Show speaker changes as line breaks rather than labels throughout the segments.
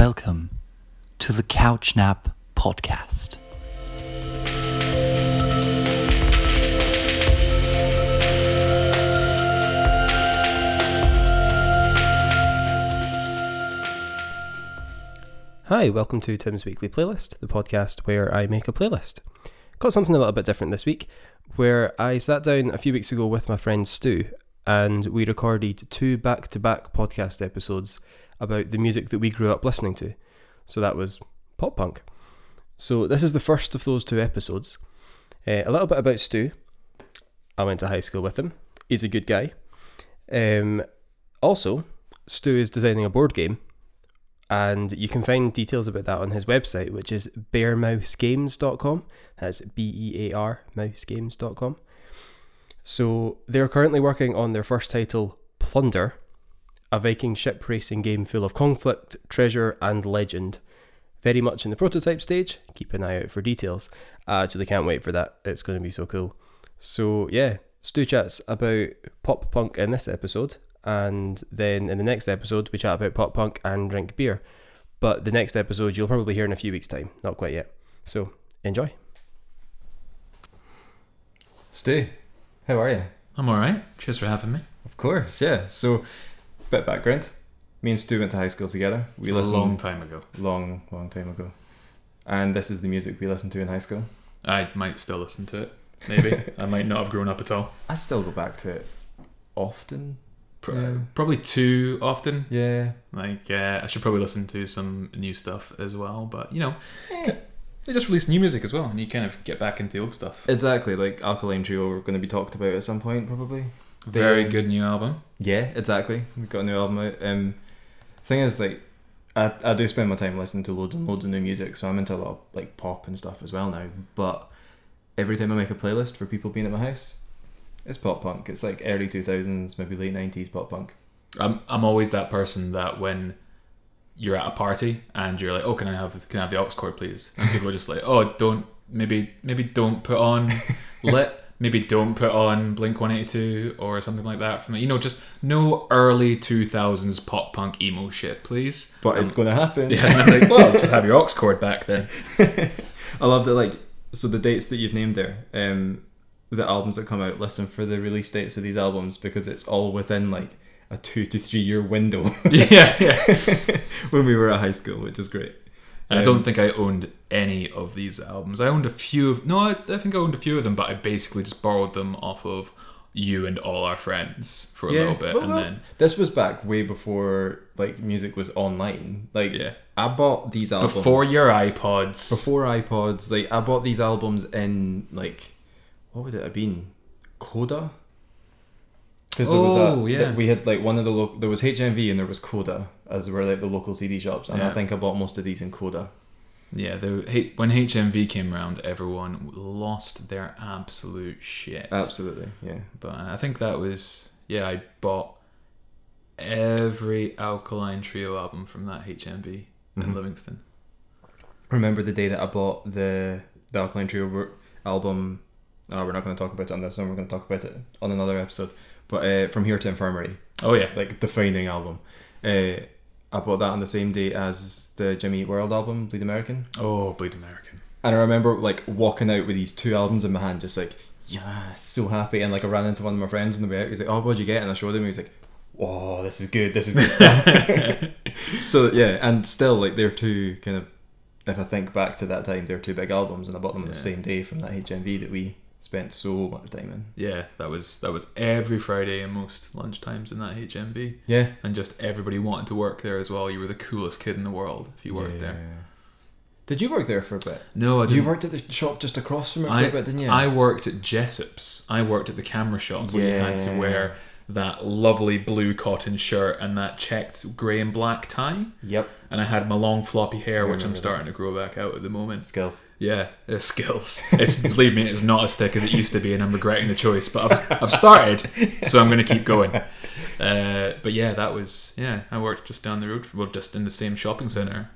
Welcome to the Couch Nap Podcast.
Hi, welcome to Tim's Weekly Playlist, the podcast where I make a playlist. Got something a little bit different this week, where I sat down a few weeks ago with my friend Stu and we recorded two back to back podcast episodes about the music that we grew up listening to. So that was pop punk. So this is the first of those two episodes. Eh, a little bit about Stu. I went to high school with him, he's a good guy. Um, also, Stu is designing a board game and you can find details about that on his website, which is bearmousegames.com. That's B E A R mousegames.com. So they're currently working on their first title, Plunder, a Viking ship racing game full of conflict, treasure, and legend. Very much in the prototype stage. Keep an eye out for details. I actually can't wait for that. It's going to be so cool. So, yeah, Stu chats about pop punk in this episode, and then in the next episode, we chat about pop punk and drink beer. But the next episode, you'll probably hear in a few weeks' time. Not quite yet. So, enjoy.
Stu, how are you?
I'm all right. Cheers for having me.
Of course, yeah. So, bit of background. Me and Stu went to high school together. We
a
listened
long time ago.
long, long time ago, and this is the music we listened to in high school.
I might still listen to it. Maybe I might not have grown up at all.
I still go back to it often.
Pro-
Yeah.
Probably too often.
Yeah,
Like uh, I should probably listen to some new stuff as well. But you know, they just release new music as well, and you kind of get back into the old stuff.
exactly. Like Alkaline Trio, we're going to be talked about at some point, probably. They-
Very good new album.
Yeah, exactly. We've got a new album out. Um, thing is, like, I, I do spend my time listening to loads and loads of new music, so I'm into a lot of like pop and stuff as well now. But every time I make a playlist for people being at my house, it's pop punk. It's like early 2000s, maybe late 90s pop punk.
I'm I'm always that person that when you're at a party and you're like, oh, can I have can I have the aux cord, please? And people are just like, oh, don't maybe maybe don't put on lit. Maybe don't put on Blink 182 or something like that. From you know, just no early 2000s pop punk emo shit, please.
But it's gonna happen.
Yeah, and I'm like, well, just have your aux cord back then.
I love that. Like, so the dates that you've named there, um, the albums that come out. Listen for the release dates of these albums because it's all within like a two to three year window
yeah, yeah.
when we were at high school, which is great.
And I don't think I owned any of these albums. I owned a few of no, I, I think I owned a few of them, but I basically just borrowed them off of you and all our friends for a little bit,
well,
and
well,
then
this was back way before like music was online. Like
Yeah.
I bought these albums
before your iPods,
before iPods. Like I bought these albums in like what would it have been? Coda. Because there was a
Oh, yeah.
that we had like one of the lo- there was HMV and there was Coda as were like the local CD shops, and I
Yeah.
think I bought most of these in Coda.
yeah, the, hey, when HMV came around, everyone lost their absolute shit.
Absolutely, yeah.
But I think that was yeah, I bought every Alkaline Trio album from that HMV
Mm-hmm.
in Livingston.
Remember the day that I bought the the Alkaline Trio wor- album? Oh, we're not going to talk about it on this one. We're going to talk about it on another episode. But uh, from here to infirmary,
Oh yeah,
like defining album. Uh, I bought that on the same day as the Jimmy Eat World album, Bleed American.
oh Bleed American.
And I remember like walking out with these two albums in my hand, just like, yeah, so happy. And like I ran into one of my friends on the way out. He's like, oh, what'd you get? And I showed him. He was like, oh, this is good. This is good stuff. so yeah, and still like they're two kind of. If I think back to that time, they're two big albums, and I bought them on the
Yeah.
same day from that HMV that we spent so much time in.
Yeah, that was that was every Friday and most lunchtimes in that HMV,
Yeah.
and just everybody wanted to work there as well. You were the coolest kid in the world if you worked there.
Did you work there for a bit?
No, I didn't.
You worked at the shop just across from it for
I,
a bit, didn't you?
I worked at Jessop's. I worked at the camera shop where you had to wear that lovely blue cotton shirt and that checked grey and black tie.
Yep.
And I had my long floppy hair, which I'm
remember
starting to grow back out at the moment.
Skills.
Yeah, it's skills. It's believe me, it's not as thick as it used to be, and I'm regretting the choice. But I've, I've started, so I'm going to keep going. Uh, but yeah, that was yeah. I worked just down the road, well, just in the same shopping center.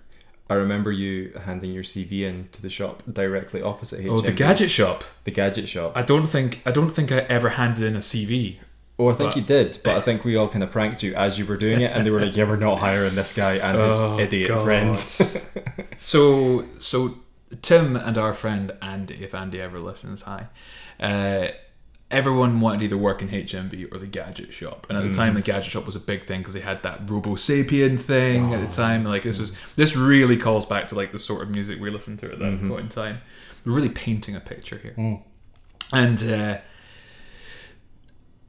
I remember you handing your CV in to the shop directly opposite HMV.
Oh, the gadget shop.
The gadget shop.
I don't think I don't think I ever handed in a CV.
Oh, I think
But-
you did, but I think we all kind of pranked you as you were doing it, and they were like, "Yeah, we're not hiring this guy and his
Oh,
idiot
God.
friends."
So, so Tim and our friend Andy, if Andy ever listens, hi. Uh, everyone wanted either work in HMV or the gadget shop, and at the time, the gadget shop was a big thing because they had that Robo Sapien thing at the time. Like this was this really calls back to like the sort of music we listened to at that point in time. We're really painting a picture here, and. Uh,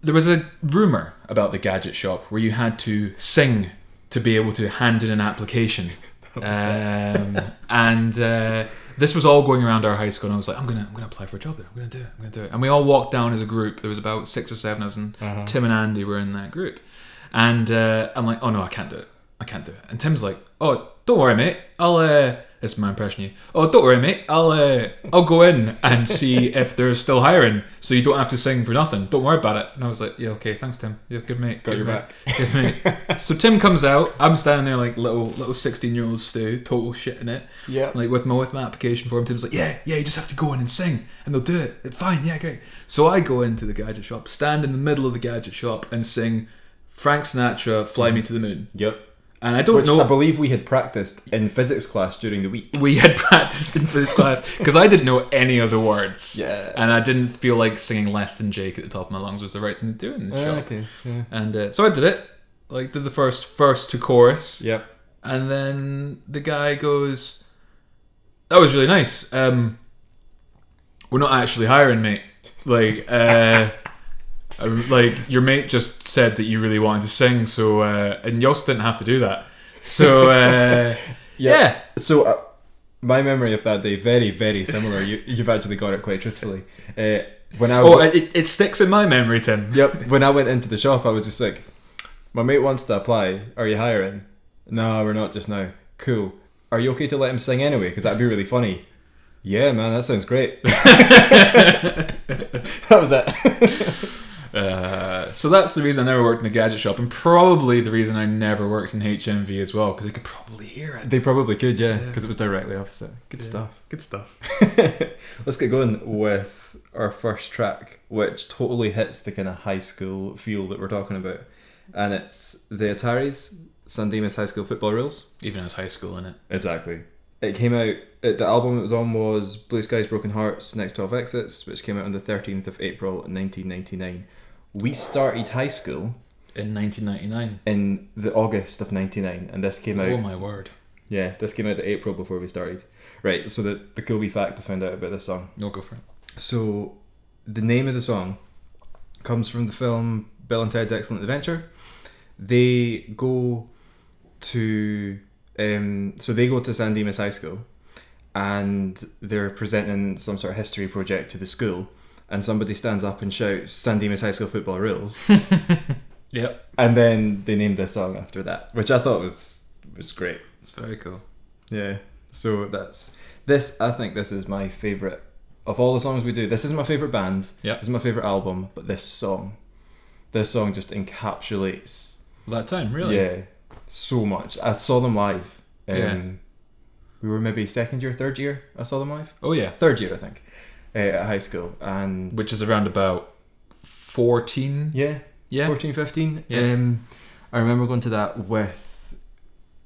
there was a rumor about the gadget shop where you had to sing to be able to hand in an application. Um, and uh, this was all going around our high school, and I was like, "I'm gonna, I'm gonna apply for a job there. I'm gonna do it. I'm gonna do it." And we all walked down as a group. There was about six or seven of us, and Tim and Andy were in that group. And uh, I'm like, "Oh no, I can't do it. I can't do it." And Tim's like, "Oh, don't worry, mate. I'll." Uh, this is my impression of you. Oh, don't worry, mate. I'll uh, I'll go in and see if they're still hiring, so you don't have to sing for nothing. Don't worry about it. And I was like, yeah, okay, thanks, Tim. Yeah, good mate. Got
your
back. so Tim comes out. I'm standing there like little little 16 year old Stu, total shit in it.
Yeah.
Like with my with my application form, Tim's like, yeah, yeah, you just have to go in and sing, and they'll do it. Fine, yeah, great. So I go into the gadget shop, stand in the middle of the gadget shop, and sing Frank Sinatra, "Fly Me to the Moon."
yep.
And I don't
Which
know.
I believe we had practiced in physics class during the week.
we had practiced in for this class because I didn't know any of the words.
Yeah.
And I didn't feel like singing less than Jake at the top of my lungs was the right thing to do in the show. And uh, so I did it. Like did the first first to chorus.
Yep.
And then the guy goes, "That was really nice. Um, we're not actually hiring, mate. Like, uh, I- like your mate just said that you really wanted to sing, so uh, and you also didn't have to do that. So uh, yeah,
So, uh, my memory of that day very, very similar. you, you've actually got it quite truthfully. Uh, when I
Oh,
wa-
it, it sticks in my memory, Tim.
yep, when I went into the shop, I was just like, "My mate wants to apply. Are you hiring? No, we're not just now. Cool. Are you okay to let him sing anyway? Because that'd be really funny." Yeah, man, that sounds great. that was it.
Uh, so that's the reason I never worked in the gadget shop, and probably the reason I never worked in HMV as well, because I could probably hear it.
They probably could, yeah, because it was directly opposite. Good stuff.
Good stuff.
Let's get going with our first track, which totally hits the kind of high school feel that we're talking about. And it's the Ataris, San Dimas High School Football Rules.
Even as high school, in it.
Exactly. It came out, it, the album it was on was Blue Skies Broken Hearts Next 12 Exits, which came out on the 13th of April 1999. We started high school
In 1999.
in the August of 99, and this came out
Oh my word.
Yeah, this came out the April before we started. Right, so the, the cool wee fact I found out about this song.
No, go for it.
So, the name of the song comes from the film Bill and Ted's Excellent Adventure. They go to, um, so they go to San Dimas High School and they're presenting some sort of history project to the school and somebody stands up and shouts, San Dimas High School football rules.
Yep.
and then they named their song after that, which I thought was, was great.
It's very cool.
Yeah. So that's this. I think this is my favorite of all the songs we do. This is my favorite band.
Yeah.
This is my favorite album. But this song, this song just encapsulates.
That time, really?
Yeah. So much. I saw them live. Um,
Yeah.
We were maybe second year, third year. I saw them live.
Oh, yeah.
Third year, I think, uh, at high school. And
Which is around about 14.
yeah,
Yeah.
14, 15.
Yeah.
Um, I remember going to that with.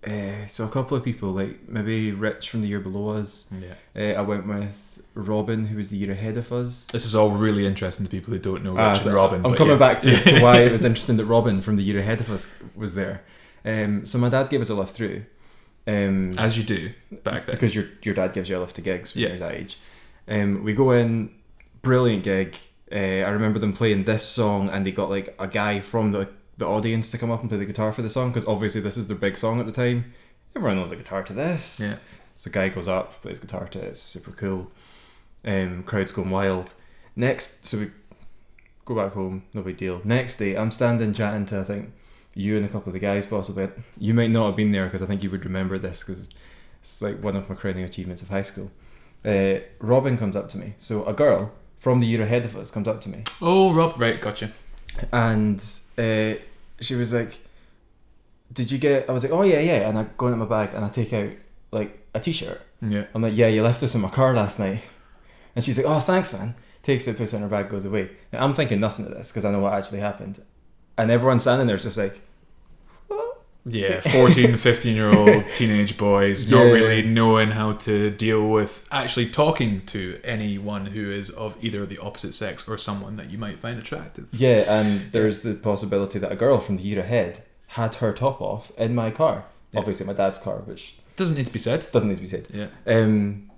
Uh, so a couple of people like maybe Rich from the year below us,
Yeah.
uh, I went with Robin, who was the year ahead of us.
This is all really interesting to people who don't know Rich
Ah,
and
so
Robin.
I'm
but
coming
yeah.
back to, to why it was interesting that Robin from the year ahead of us was there. Um, so my dad gave us a lift through, um,
As you do back then.
because your your dad gives you a lift to gigs when
Yeah.
you're that age. Um, we go in, brilliant gig. Uh, I remember them playing this song, and they got like a guy from the the audience to come up and play the guitar for the song because obviously this is their big song at the time. Everyone knows the guitar to this.
Yeah.
So guy goes up, plays guitar to it, it's super cool. Um, crowd's going wild. Next, so we go back home, no big deal. Next day, I'm standing chatting to I think you and a couple of the guys possibly. You might not have been there because I think you would remember this because it's like one of my crowning achievements of high school. Uh, Robin comes up to me, so a girl from the year ahead of us comes up to me
Oh, Rob. Right, gotcha.
and uh, she was like, "Did you get?" I was like, "Oh yeah, yeah." And I go into my bag and I take out like a t-shirt.
Yeah.
I'm like, "Yeah, you left this in my car last night," and she's like, "Oh, thanks, man." Takes it, puts it in her bag, goes away. Now I'm thinking nothing of this because I know what actually happened. and everyone standing there's just like
Yeah, 14, 15 year old teenage boys not
Yeah.
really knowing how to deal with actually talking to anyone who is of either the opposite sex or someone that you might find attractive.
yeah, and there's the possibility that a girl from the year ahead had her top off in my car.
Yeah.
Obviously, my dad's car, which
Doesn't need to be said.
doesn't need to be said.
Yeah.
Um,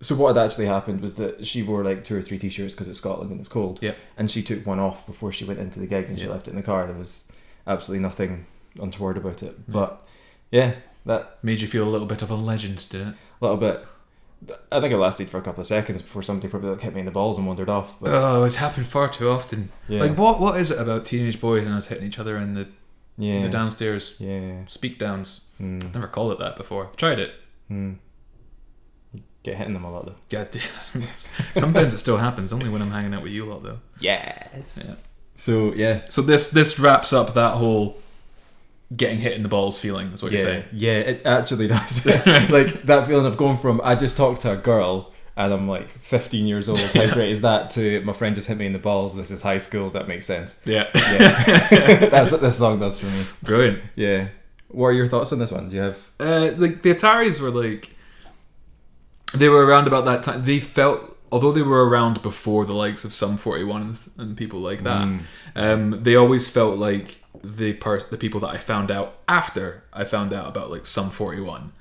so what had actually happened was that she wore like two or three t-shirts because it's Scotland and it's cold.
Yeah.
And she took one off before she went into the gig and she
Yeah.
left it in the car. There was absolutely nothing untoward about it.
Yeah.
But yeah, that
Made you feel a little bit of a legend, didn't it?
little bit. I think it lasted for a couple of seconds before somebody probably like hit me in the balls and wandered off. But
Oh, it's happened far too often.
yeah,
Like, what? what is it about teenage boys and us hitting each other in the,
yeah,
the downstairs
yeah.
speak downs?
Mm,
Never called it that before. tried it.
mm. Get hitting them a lot though.
Yeah, d- sometimes it still happens. Only when I'm hanging out with you lot, though.
Yes.
Yeah.
So yeah,
So this this wraps up that whole getting hit in the balls feeling. That's what
yeah,
you're saying.
yeah. It actually does. like that feeling of going from I just talked to a girl and I'm like 15 years old. How great is that? To my friend just hit me in the balls. This is high school. That makes sense.
Yeah,
Yeah. That's what this song does for me.
brilliant.
Yeah. What are your thoughts on this one? Do you have?
Uh, like the Ataris were like they were around about that time. They felt although they were around before the likes of some 41s and people like that.
Mm.
Um, they always felt like the per- the people that I found out after I found out about like some 41.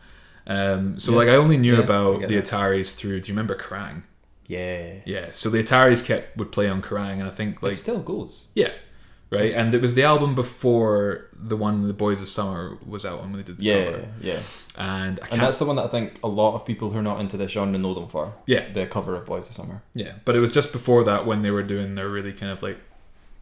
Um, so
Yeah.
like I only knew
Yeah, I
about
get
the
that.
Ataris through. Do you remember Kerrang?
Yeah.
Yeah. So the Ataris kept would play on Kerrang, and I think like
it still goes.
Yeah. Right, and it was the album before the one the Boys of Summer was out on when they did the
Yeah,
cover.
yeah,
And I can't.
and that's the one that I think a lot of people who are not into this genre know them for.
Yeah.
the cover of Boys of Summer.
yeah, but it was just before that when they were doing their really kind of like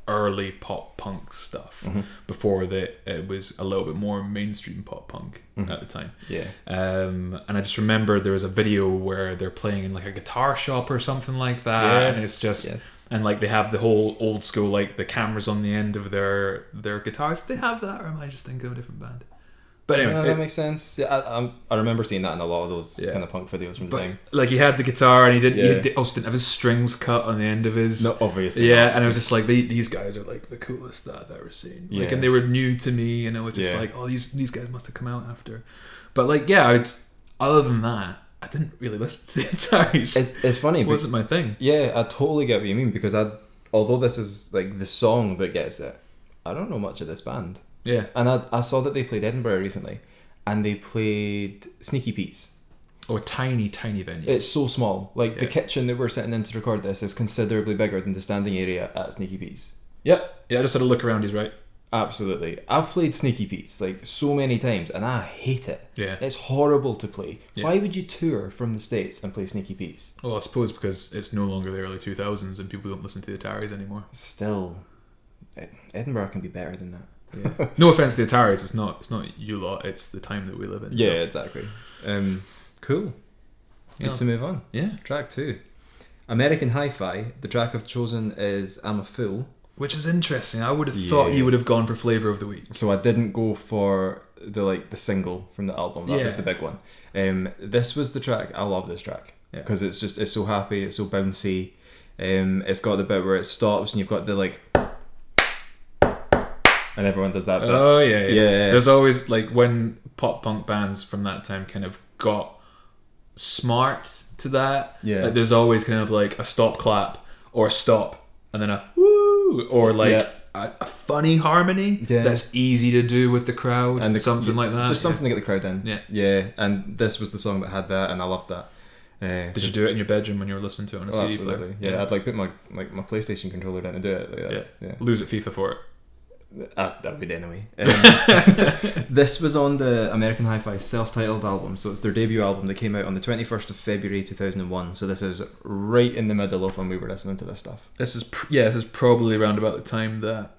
early pop punk stuff.
Mm-hmm.
Before that, it was a little bit more mainstream pop punk at the time.
Mm-hmm. Yeah,
Um, and I just remember there was a video where they're playing in like a guitar shop or something like that, and
Yes,
it's just
yes.
and like they have the whole old school like the cameras on the end of their their guitars. They have that, or am I just thinking of a different band? But anyway,
No,
it-
that makes sense. Yeah, I, I'm, I remember seeing that in a lot of those
Yeah.
kind of punk videos from the
but
time.
like he had the guitar and he didn't.
Yeah.
He did, also didn't have his strings cut on the end of his.
No, obviously.
Yeah,
not.
and I was just like, they, these guys are like the coolest that I've ever seen. Like,
Yeah.
and they were new to me, and I was just
Yeah.
like, oh, these these guys must have come out after. But like, yeah, it's other than that, I didn't really listen to the Ataris.
it's, it's funny.
It
Because,
wasn't my thing.
yeah, I totally get what you mean because I, although this is like the song that gets it, I don't know much of this band.
Yeah.
And I, I saw that they played Edinburgh recently, and they played Sneaky Pete's.
Or tiny, tiny venue.
It's so small. Like the
Yeah.
kitchen that we're sitting in to record this is considerably bigger than the standing area at Sneaky Pete's.
yep. Yeah, I just had a look around. He's right.
Absolutely. I've played Sneaky Pete's like so many times and I hate it.
Yeah.
It's horrible to play.
Yeah.
Why would you tour from the States and play Sneaky Pete's?
Well, I suppose because it's no longer the early 2000s and people don't listen to the Ataris anymore.
Still, Ed- Edinburgh can be better than that.
Yeah. no offense to the Ataris, it's not it's not you lot, it's the time that we live in.
exactly. Um, cool.
Yeah.
move on.
Yeah.
Track two American Hi Fi. The track I've chosen is I'm a Fool.
Which is interesting. I would have thought
Yeah.
you would have gone for flavor of the week.
So I didn't go for the like the single from the album. That was
Yeah.
the big one. Um, this was the track. I love this track
Yeah.
because it's just it's so happy. It's so bouncy. Um, it's got the bit where it stops and you've got the like, and everyone does that. Bit.
Oh yeah, yeah.
Yeah.
There's always like when pop punk bands from that time kind of got smart to that.
Yeah.
Like, there's always kind of like a stop clap or a stop and then a woo or like
Yeah.
a, a funny harmony
Yeah.
that's easy to do with the crowd
and
and
the-
something
yeah,
like that.
Just something to get the crowd in.
Yeah.
yeah. And this was the song that had that, and I loved that. Uh,
Did you do it in your bedroom when you were listening to it on a
Oh,
CD
absolutely.
player?
Yeah, I'd like put my like my PlayStation controller down to do it. Like, that's, yeah.
Lose at FIFA for it.
Uh, that would anyway. Um, this was on the American Hi-Fi self-titled album, so it's their debut album that came out on the 21st of February 2001. So this is right in the middle of when we were listening to this stuff.
This is pr- yeah. This is probably around about the time that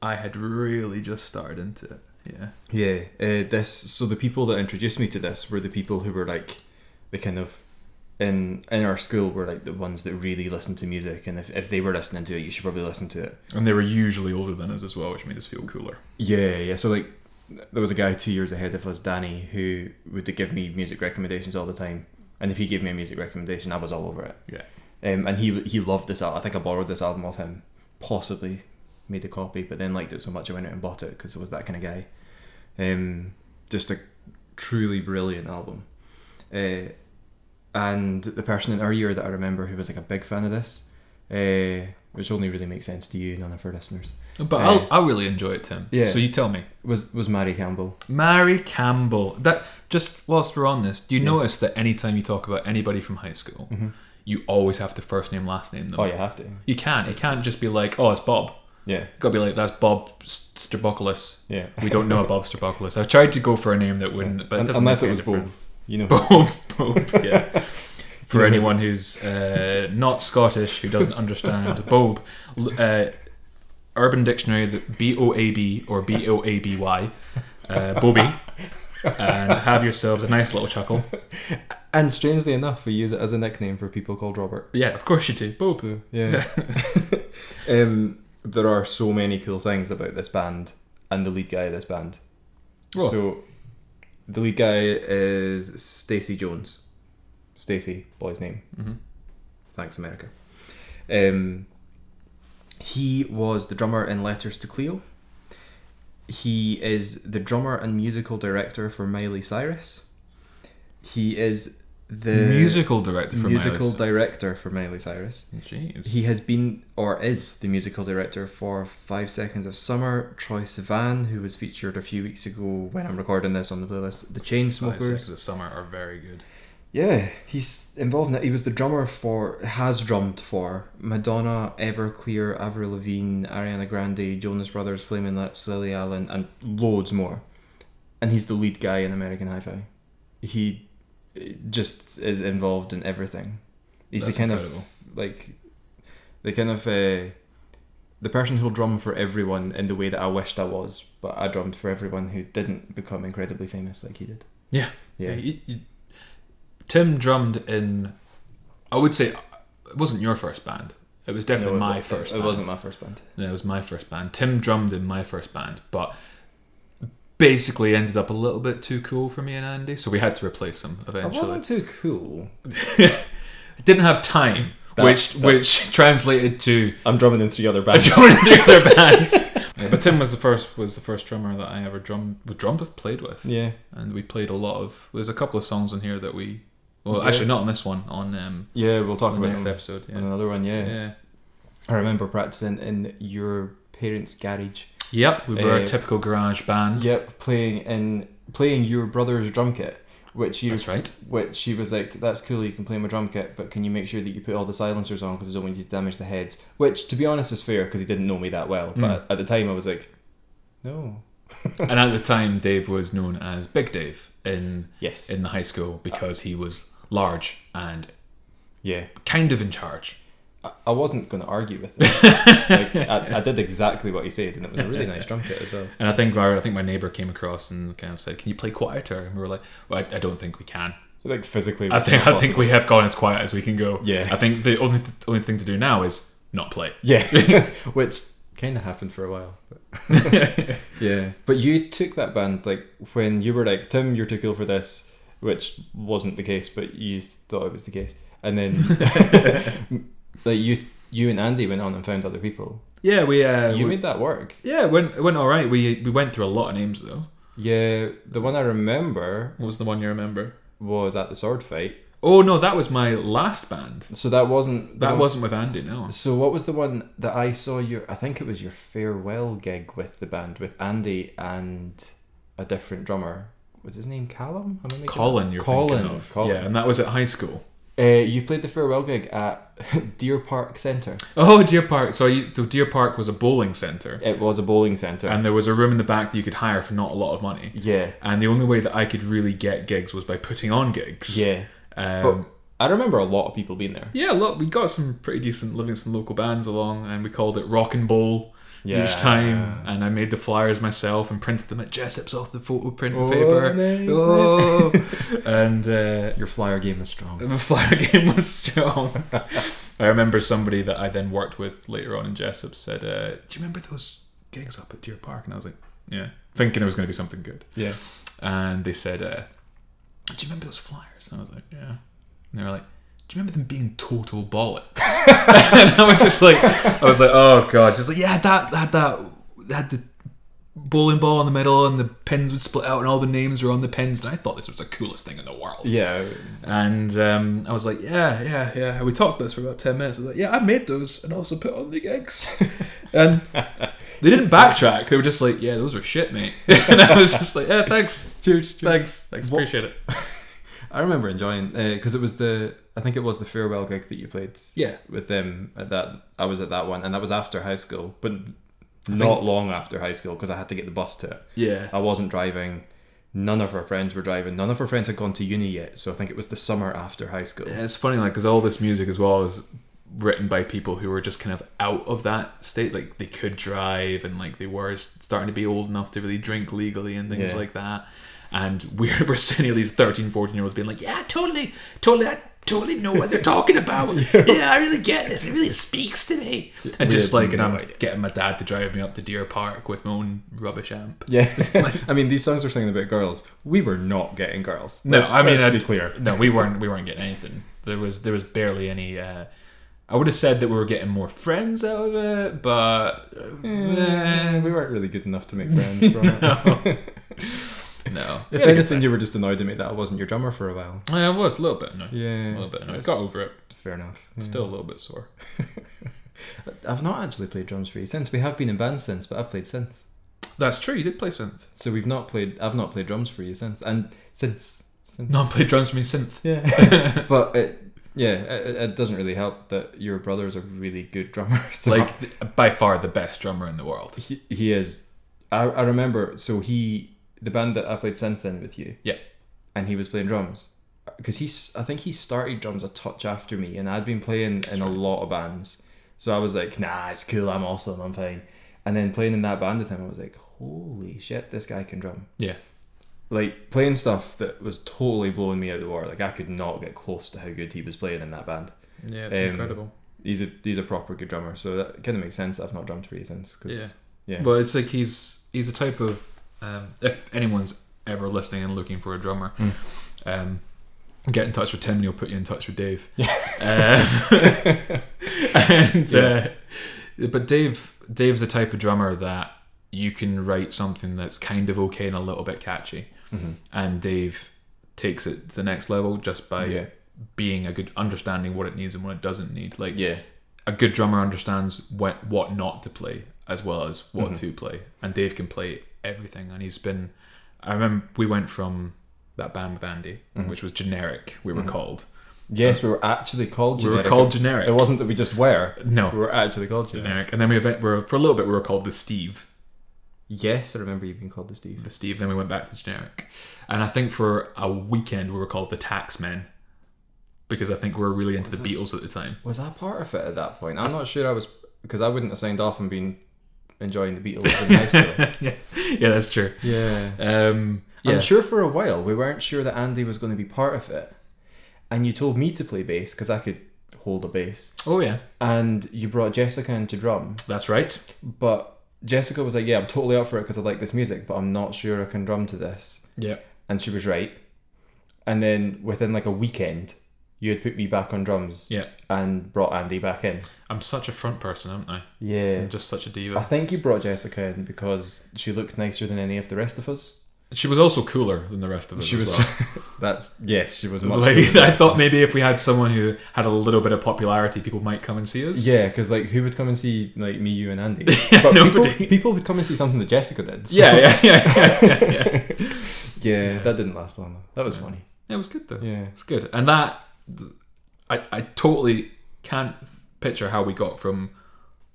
I had really just started into it. Yeah.
Yeah, uh, this. So the people that introduced me to this were the people who were like, the kind of, in in our school were like the ones that really listened to music, and if if they were listening to it, you should probably listen to it.
And they were usually older than us as well, which made us feel cooler.
Yeah, yeah. So like, there was a guy two years ahead of us, Danny, who would give me music recommendations all the time. And if he gave me a music recommendation, I was all over it.
Yeah.
Um, and he he loved this album. I think I borrowed this album off him, possibly made a copy, but then liked it so much I went out and bought it because I was that kind of guy. Um, just a truly brilliant album. Uh, and the person in our year that I remember who was like a big fan of this, uh, which only really makes sense to you, none of our listeners,
But
Uh,
I, I really enjoy it, Tim.
yeah.
So you tell me.
was was Mary Campbell.
Mary Campbell. That just whilst we're on this, do you notice that anytime you talk about anybody from high school, you always have to first name last name them.
Oh, you have to.
You can't. You can't just be like, oh, it's Bob.
Yeah,
You gotta be like, that's Bob S- Strabocopoulos.
yeah.
We don't know a Bob Strabocopoulos. I've tried to go for a name that wouldn't, but it
Un-
doesn't
unless
make
it
any
was Bob.
difference.
You know,
Bob, Bob, yeah. For
Yeah.
anyone who's uh, not Scottish who doesn't understand, Bob, l- uh, Urban Dictionary, the B O A B or B O A B Y, uh, Bobby, and have yourselves a nice little chuckle.
and strangely enough, we use it as a nickname for people called Robert.
Yeah, of course you do, Bob.
So, yeah. um, there are so many cool things about this band and the lead guy of this band.
Well.
So, the lead guy is Stacy Jones. Stacy, boy's name.
Mhm.
Thanks, America. Um, he was the drummer in Letters to Cleo. He is the drummer and musical director for Miley Cyrus. He is the
musical director for
Uh, musical
Miley.
director for Miley Cyrus.
Jeez.
He has been or is the musical director for Five Seconds of Summer, Troy Sivan, who was featured a few weeks ago when I'm recording this on the playlist, The
Five
Chainsmokers.
Seconds of Summer are very good.
Yeah, he's involved in it. He was the drummer for, has drummed for Madonna, Everclear, Avril Lavigne, Ariana Grande, Jonas Brothers, Flaming Lips, Lily Allen, and loads more. And he's the lead guy in American Hi Fi. He eh, just is involved in everything. He's
That's
the kind of
incredible.
like the kind of uh, the person who'll drum for everyone in the way that I wished I was, but I drummed for everyone who didn't become incredibly famous like he did.
Yeah.
Yeah.
You- you- Tim drummed in. I would say it wasn't your first band. It was definitely
No, it-
my
it-
first.
It,
band.
wasn't my first band.
Yeah, it was my first band. Tim drummed in my first band, but basically ended up a little bit too cool for me and Andy, so we had to replace him eventually.
I wasn't too cool.
Didn't have time,
That-
which
that-
which translated to
I'm drumming in three other
I
bands.
joined the other bands. But Tim was the first was the first drummer that I ever drummed drummed with played with.
yeah,
and we played a lot of. There's a couple of songs on here that we, well,
Yeah.
actually not on this one, on um,
yeah, we'll talk
on the
about
next
them
episode.
on
Yeah.
another one. Yeah.
yeah,
I remember practicing in your parents' garage.
yep, we were
Uh,
a typical garage band.
Yep, playing in playing your brother's drum kit, which you
that's right.
which she was like, "That's cool, you can play my drum kit, but can you make sure that you put all the silencers on because I don't want you to damage the heads." Which, to be honest, is fair because he didn't know me that well.
Hmm.
But at the time, I was like, "No,
and at the time, Dave was known as Big Dave in
yes,
in the high school because he was large and
yeah."
kind of in charge.
I- I wasn't going to argue with him. like, I, I did exactly what he said, and it was a really nice drum kit as well.
And I think our, I think my neighbor came across and kind of said, "Can you play quieter?" And we were like, "Well, I, I don't think we can.
Like physically,
I
it's
think
not
I think we have gone as quiet as we can go.
Yeah.
I think the only the only thing to do now is not play."
possible. yeah, which kind of happened for a while. yeah, but you took that band like when you were like Tim, you're too cool for this, which wasn't the case, but you thought it was the case, and then like you you and Andy went on and found other people.
yeah, we uh,
You
we-
made that work.
Yeah, it went it went all right. We we went through a lot of names though.
Yeah, the one I remember
What was the one you remember?
was at the sword fight.
Oh no, that was my last band.
So that wasn't the
That
one-
wasn't with Andy. No.
So what was the one that I saw your I think it was your farewell gig with the band with Andy and a different drummer. Was his name Callum? Am I making
Colin, you're
Colin,
thinking of.
Colin.
Yeah, and that was at high school.
Uh, you played the farewell gig at Deer Park Centre.
Oh, Deer Park. So I used, so Deer Park was a bowling center,
It was a bowling centre.
and there was a room in the back that you could hire for not a lot of money.
yeah,
And the only way that I could really get gigs was by putting on gigs.
yeah. Oh.
Um,
but I remember a lot of people being there.
yeah, look, we got some pretty decent Livingston local bands along, and we called it Rock and Bowl each time.
Yes.
And I made the flyers myself and printed them at Jessup's off the photo print
Oh,
paper.
nice,
Oh. and uh,
Your flyer game is strong.
the flyer game was strong. I remember somebody that I then worked with later on in Jessup said, uh, "Do you remember those gigs up at Deer Park?" And I was like, "Yeah," thinking it was going to be something good.
Yeah.
And they said, uh, "Do you remember those flyers?" And I was like, "Yeah." And they were like, do you remember them being total bollocks? and I was just like, I was like, oh god. She's like, yeah, that had that had the bowling ball in the middle, and the pins would split out, and all the names were on the pins. And I thought this was the coolest thing in the world.
Yeah,
And um, I was like, yeah, yeah, yeah. And we talked about this for about 10 minutes. I was like, yeah, I made those and also put on the gigs. And they didn't backtrack. They were just like, yeah, those were shit, mate. and I was just like, yeah, thanks.
cheers,
Thanks. Thanks.
What-
Appreciate it.
I remember enjoying because it was the I think it was the farewell gig that you played
Yeah.
with them at that. I was at that one, and that was after high school, but not long after high school because I had to get the bus to it.
Yeah.
I wasn't driving. None of our friends were driving. None of our friends had gone to uni yet, so I think it was the summer after high school.
It's funny, like, because all this music as well is written by people who were just kind of out of that state. Like, they could drive and, like, they were starting to be old enough to really drink legally and things
Yeah.
like that. And we're, we're sitting here, these 13, 14 year olds being like, yeah, totally, totally, I totally know what they're talking about. yeah, I really get this. It really speaks to me. And just
had
like, and
no
I'm
idea.
getting my dad to drive me up to Deer Park with my own rubbish amp.
Yeah, I mean these songs were singing about girls. We were not getting girls.
No,
Let's-
I mean,
let's
I'd-
be clear.
No, we weren't. We weren't getting anything. There was there was barely any. Uh, I would have said that we were getting more friends out of it, but uh,
Eh, we weren't really good enough to make friends. From it.
no.
if anything, you were just annoyed at me that I wasn't your drummer for a while.
Yeah, I was a little bit annoyed.
Yeah,
A little bit annoyed.
that's
Got over it.
fair enough.
Still a little bit sore.
I've not actually played drums for you since. We have been in bands since, but I've played synth.
That's true. You did play synth.
So we've not played. I've not played drums for you since, and since. since.
No, I played drums for me synth.
Yeah, but it, yeah, it, it doesn't really help that your brother's a really good drummer. So
Like th- by far the best drummer in the world.
he, he is. I, I remember. So he, the band that I played synth in with you.
Yeah.
And he was playing drums because he's. I think he started drums a touch after me, and I'd been playing in a lot of bands. So I was like, nah, it's cool. I'm awesome. I'm fine. And then playing in that band with him, I was like, holy shit, this guy can drum.
Yeah.
Like playing stuff that was totally blowing me out of the water. Like I could not get close to how good he was playing in that band.
Yeah,
it's Um, incredible. He's a he's a proper good drummer. So that kind of makes sense. that I've not drummed for you since. 'cause-
Yeah.
Yeah.
Well, it's like he's he's a type of um, if anyone's ever listening and looking for a drummer,
Mm.
um, get in touch with Tim and he'll put you in touch with Dave. Uh, and uh, but Dave Dave's the type of drummer that you can write something that's kind of okay and a little bit catchy,
Mm-hmm.
and Dave takes it to the next level just by
Yeah.
being a good understanding what it needs and what it doesn't need. Like
Yeah.
a good drummer understands what what not to play as well as what
Mm-hmm.
to play, and Dave can play everything. And he's been, I remember we went from that band with Andy,
Mm-hmm.
which was generic. We were called,
Yes, we were actually called
we
generic.
were called generic.
It wasn't that we just were. We
no
were actually called generic.
generic, and then we event, were for a little bit we were called the Steve,
Yes, I remember you being called the Steve.
the Steve. Then we went back to generic, and I think for a weekend we were called the Taxmen, because I think we were really into the Beatles at the time.
Was that part of it at that point? I'm not sure I was because I wouldn't have signed off and been enjoying the Beatles in high school.
yeah, yeah, that's true.
Yeah.
Um, yeah,
I'm sure for a while we weren't sure that Andy was going to be part of it. And you told me to play bass because I could hold a bass.
oh yeah,
And you brought Jessica in to drum.
that's right.
But Jessica was like, Yeah, I'm totally up for it because I like this music, but I'm not sure I can drum to this.
Yeah.
and she was right. And then within like a weekend, you had put me back on drums
Yeah,
and brought Andy back in.
I'm such a front person, haven't I?
Yeah.
I'm just such a
I
diva.
think you brought Jessica in because she looked nicer than any of the rest of us.
She was also cooler than the rest of us.
She
as
was.
well.
that's yes, she was much.
Like,
cooler than
I
us.
thought maybe if we had someone who had a little bit of popularity, people might come and see us.
Yeah, because like who would come and see like me, you, and Andy? but
nobody.
people, people would come and see something that Jessica did. so-
yeah, yeah, yeah, yeah, yeah, yeah.
yeah. That didn't last long. though. That was funny.
It was good though.
Yeah.
It was good, and that I I totally can't picture how we got from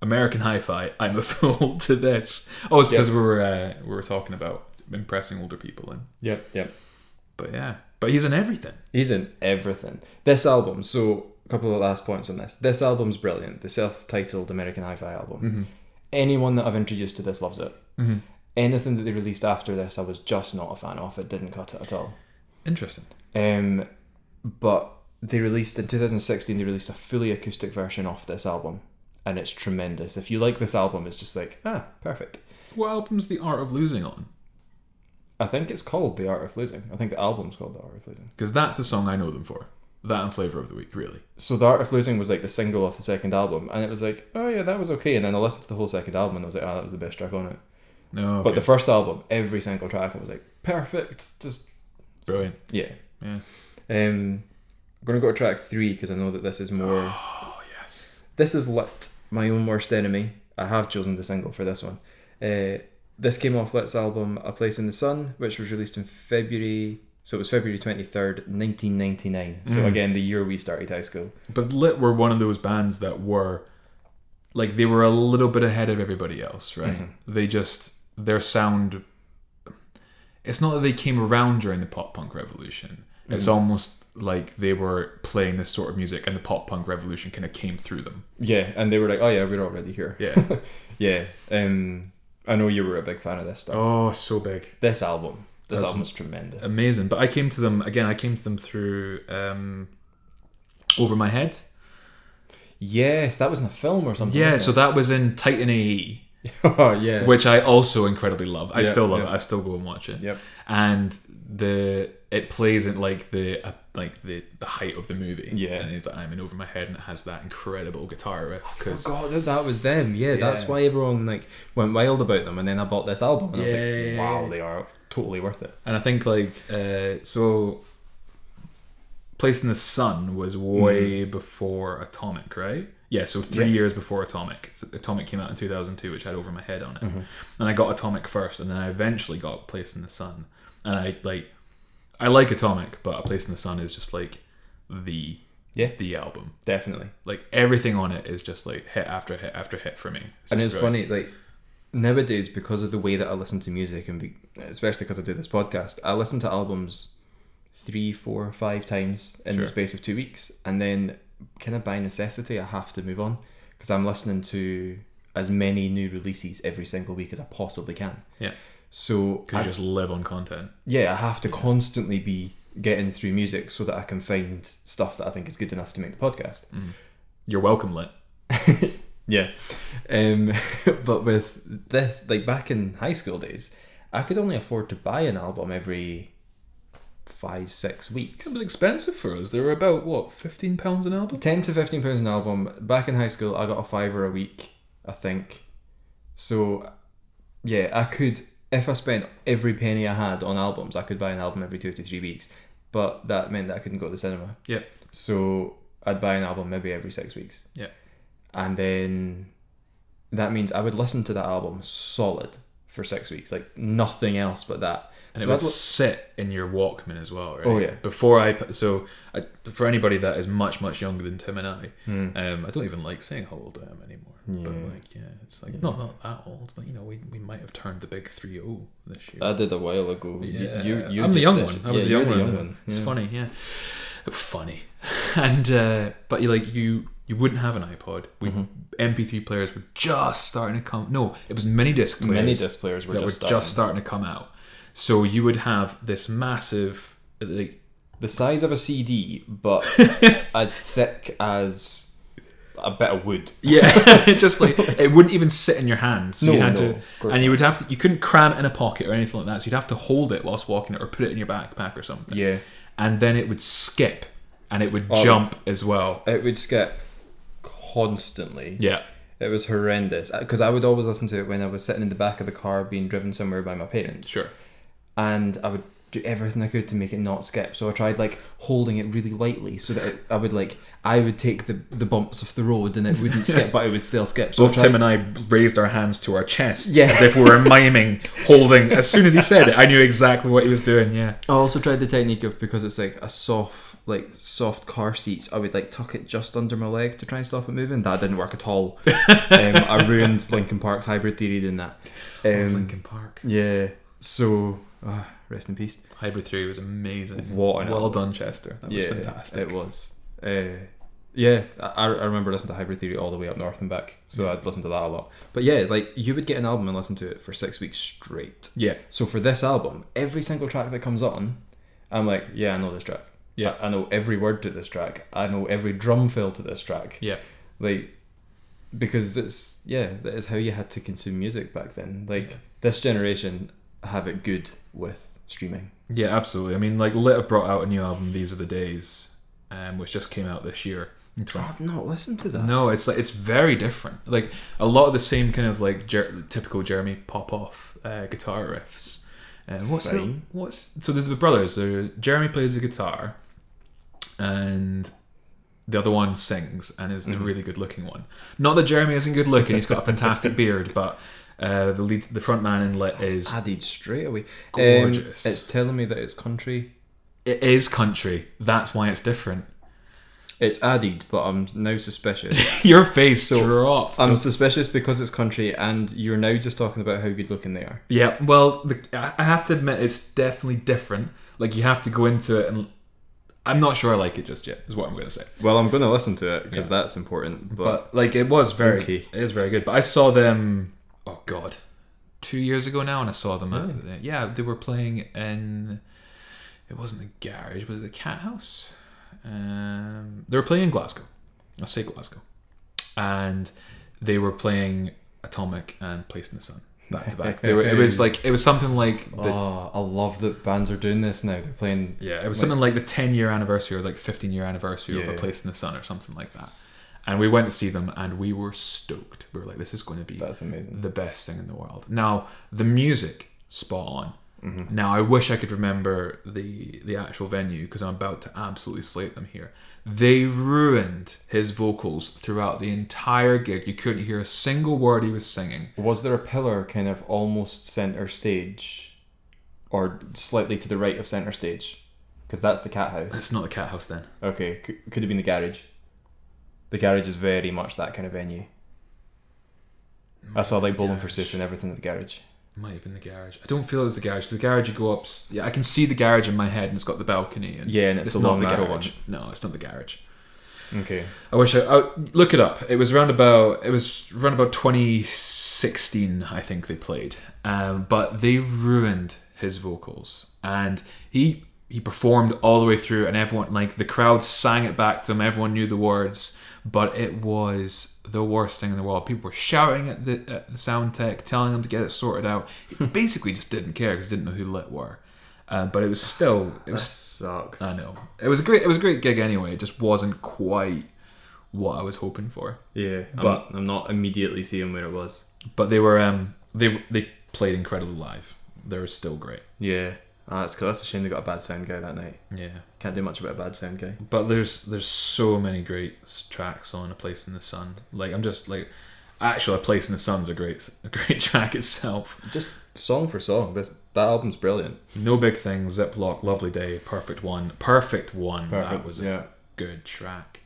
American Hi-Fi, I'm a Fool, to this. Oh, it's because we were uh, we were talking about impressing older people, and
Yep. Yep.
but yeah, but he's in everything.
He's in everything. This album, so a couple of last points on this. This album's brilliant, the self titled American Hi Fi album.
Mm-hmm.
Anyone that I've introduced to this loves it. Anything that they released after this, I was just not a fan of. It didn't cut it at all.
Interesting.
Um, but they released in 2016, they released a fully acoustic version of this album, and it's tremendous. If you like this album, it's just like, ah, perfect.
What album's The Art of Losing on?
I think it's called The Art of Losing. I think the album's called The Art of Losing.
Because that's the song I know them for. that and flavor of the week, really.
So the art of losing was like the single off the second album, and it was like, oh yeah, that was okay. And then I listened to the whole second album, and I was like, ah, that was the best track on it.
No,
But the first album, every single track, I was like, perfect. Just
brilliant.
yeah.
Yeah.
Um, I'm gonna go to track three because I know that this is more.
Oh yes.
This is Lit, my own worst enemy. I have chosen the single for this one. Uh, this came off Lit's album A Place in the Sun, which was released in February. So it was February 23rd, 1999. So
Mm.
again, the year we started high school.
But Lit were one of those bands that were like they were a little bit ahead of everybody else, right? They just their sound it's not that they came around during the pop punk revolution. It's almost like they were playing this sort of music and the pop punk revolution kind of came through them.
Yeah, and they were like, oh yeah, we're already here.
Yeah.
Yeah. Um, I know you were a big fan of this stuff.
oh, so big.
This album. This
That's
album's tremendous.
Amazing. But I came to them again, I came to them through um Over My Head.
yes, that was in a film or something.
Oh, Yeah, so
wasn't
that was in Titan E. AE.
it? oh yeah.
which I also incredibly love. I
Yeah,
still love
yeah.
it. I still go and watch it.
Yep.
And the it plays in like the uh, like the, the height of the movie.
Yeah. Oh,
And it's I'm in over my head, and it has that incredible guitar riff. Because
God, that, that was them. Yeah, that's
Yeah.
why everyone like went wild about them. And then I bought this album, and I was
Yeah.
like, wow, they are totally worth it.
and I think like uh, so, Place in the Sun was way before Atomic, right? Yeah, so three
Mm-hmm. Yeah.
years before Atomic. So Atomic came out in 2002, which had over my head on it.
Mm-hmm.
And I got Atomic first, and then I eventually got Place in the Sun. And I like, I like Atomic, but A Place in the Sun is just like the
Yeah.
the album.
Definitely.
Like everything on it is just like hit after hit after hit for me.
and it's
just brilliant.
funny, like nowadays because of the way that I listen to music, and be, especially because I do this podcast, I listen to albums three, four, five times in
Sure.
the space of two weeks, and then kind of by necessity, I have to move on because I'm listening to as many new releases every single week as I possibly can.
Yeah,
So
because
I
you just live on content.
yeah, I have to constantly be getting through music so that I can find stuff that I think is good enough to make the podcast.
You're welcome, lit.
Yeah. Um, but with this, like back in high school days, I could only afford to buy an album every five, six
It
weeks.
was expensive for us. They were about what fifteen pounds an album.
10 to 15 pounds an album. Back in high school, I got a fiver a week, I think. So, yeah, I could, if I spent every penny I had on albums, I could buy an album every two to three weeks. But that meant that I couldn't go to the cinema.
Yeah,
So I'd buy an album maybe every six weeks.
Yeah.
And then that means I would listen to that album solid for six weeks, like nothing else but that.
and
So
it would
I'd li-
sit in your Walkman as well, right?
Oh, yeah.
Before I put- so I, for anybody that is much much younger than Tim and I,
Hmm.
um, I don't even like saying how old I am anymore. But like, yeah, it's like not not that old, but you know, we, we might have turned the big three zero this year.
I did a while ago. You-
yeah,
You, you,
I'm the young
just this-
one. I was
yeah,
the young
you're
one. It's
Yeah.
funny, yeah, funny, and uh, but you like you you wouldn't have an iPod. We
Mm-hmm.
MP3 players were just starting to come. No, it was mini disc players.
Many disc players were
that
just,
were
starting.
just starting to come out. So you would have this massive, like,
the size of a CD, but as thick as a bit of wood.
yeah, just like it wouldn't even sit in your hand. So you
No,
had
no,
to,
of course
and you would have to, you couldn't cram it in a pocket or anything like that. So you'd have to hold it whilst walking it or put it in your backpack or something.
Yeah.
and then it would skip and it would
Oh.
jump as well.
It would skip constantly.
Yeah,
It was horrendous because I would always listen to it when I was sitting in the back of the car being driven somewhere by my parents.
sure.
And I would do everything I could to make it not skip. So I tried like holding it really lightly so that it, I would like I would take the the bumps off the road and it wouldn't skip, but it would still skip. So I
Both
tried,
Tim and I raised our hands to our chests
Yeah.
as if we were miming, holding. As soon as he said it, I knew exactly what he was doing. Yeah,
I also tried the technique of because it's like a soft like soft car seats. I would like tuck it just under my leg to try and stop it moving. That didn't work at all. um, I ruined Linkin Park's hybrid theory doing that. Um,
Lincoln Park.
yeah. So ah, rest in peace.
Hybrid 3 was amazing.
What an
well
album.
done, Chester. That was
yeah,
fantastic.
It was. Uh, yeah, I, I remember listening to Hybrid Theory all the way up north and back, so I'd listen to that a lot. But yeah, like you would get an album and listen to it for six weeks straight.
Yeah,
So for this album, every single track that comes on, I'm like, yeah, I know this track.
Yeah.
I, I know every word to this track. I know every drum fill to this track.
yeah.
Like, because it's yeah, that is how you had to consume music back then. Like this generation have it good with streaming.
Yeah, absolutely. I mean, like, Lit have brought out a new album, These Are the Days, um, which just came out this year in 20,
I've not listened to that.
no, it's like it's very different. Like a lot of the same kind of like Jer- typical Jeremy pop off uh, guitar riffs. Uh, what's the-
Fine.
what's so there's the brothers? There, Jeremy plays the guitar, and the other one sings and is the really good looking one. Not that Jeremy isn't good looking; he's got a fantastic beard, but uh, the lead, the front man in Lit is
added straight away.
Gorgeous.
Um, it's telling me that it's country.
it is country. That's why it's different.
It's added, but I'm now suspicious.
Your face dropped.
I'm suspicious because it's country, and you're now just talking about how good looking they are.
Yeah, well, the, I I have to admit it's definitely different. Like you have to go into it, and I'm not sure I like it just yet. Is what I'm going to say.
Well, I'm going to listen to it because
Yeah.
that's important. But,
But, like it was very,
Okay.
it is very good. But I saw them. Oh God, two years ago now, and I saw them. at- yeah, they were playing in. It wasn't the garage. Was it the cat house? Um, they were playing in Glasgow. I'll say Glasgow, and they were playing Atomic and Place in the Sun back to back. They were. It was like it was something like the
oh, I love that bands are doing this now. They're playing.
Yeah, it was something like the 10 year anniversary or like 15 year anniversary of
Yeah,
A
yeah.
Place in the Sun or something like that. And we went to see them and we were stoked. We were like, this is going to be
That's amazing.
the best thing in the world. Now, the music, spot on.
Mm-hmm.
Now, I wish I could remember the, the actual venue because I'm about to absolutely slate them here. They ruined his vocals throughout the entire gig. You couldn't hear a single word he was singing.
Was there a pillar kind of almost center stage, or slightly to the right of center stage? Because that's the cat house.
It's not the cat house then.
Okay, c- could have been the garage. The garage is very much that kind of venue. I saw like bowling for soup and everything at the garage.
It might have been the garage. I don't feel it was the garage. 'cause The garage, you go up. s- Yeah, I can see the garage in my head, and it's got the balcony. And
Yeah, and it's the long narrow
garage. No, it's not the garage.
Okay,
I wish I, I look it up. It was round about. It was round about 2016, I think they played. Um, but they ruined his vocals, and he he performed all the way through, and everyone like the crowd sang it back to him. Everyone knew the words, but it was the worst thing in the world. People were shouting at the, at the sound tech, telling him to get it sorted out. He basically just didn't care because didn't know who lit were. Uh, but it was still it was
sucks.
I know. It was a great. It was a great gig anyway. It just wasn't quite what I was hoping for.
Yeah,
But-
but I'm, not immediately seeing where it was.
But they were. Um, they they played incredibly live. They were still great.
Yeah, ah, that's cool. That's a shame they got a bad sound guy that night.
Yeah.
Can't do much about a bad sound guy.
But there's there's so many great s- tracks on A Place in the Sun. Like I'm just like, actually, A Place in the Sun's a great a great track itself.
Just song for song, this that album's brilliant.
No big thing. Ziploc, Lovely Day, Perfect One, Perfect One. That was
yeah.
a good track.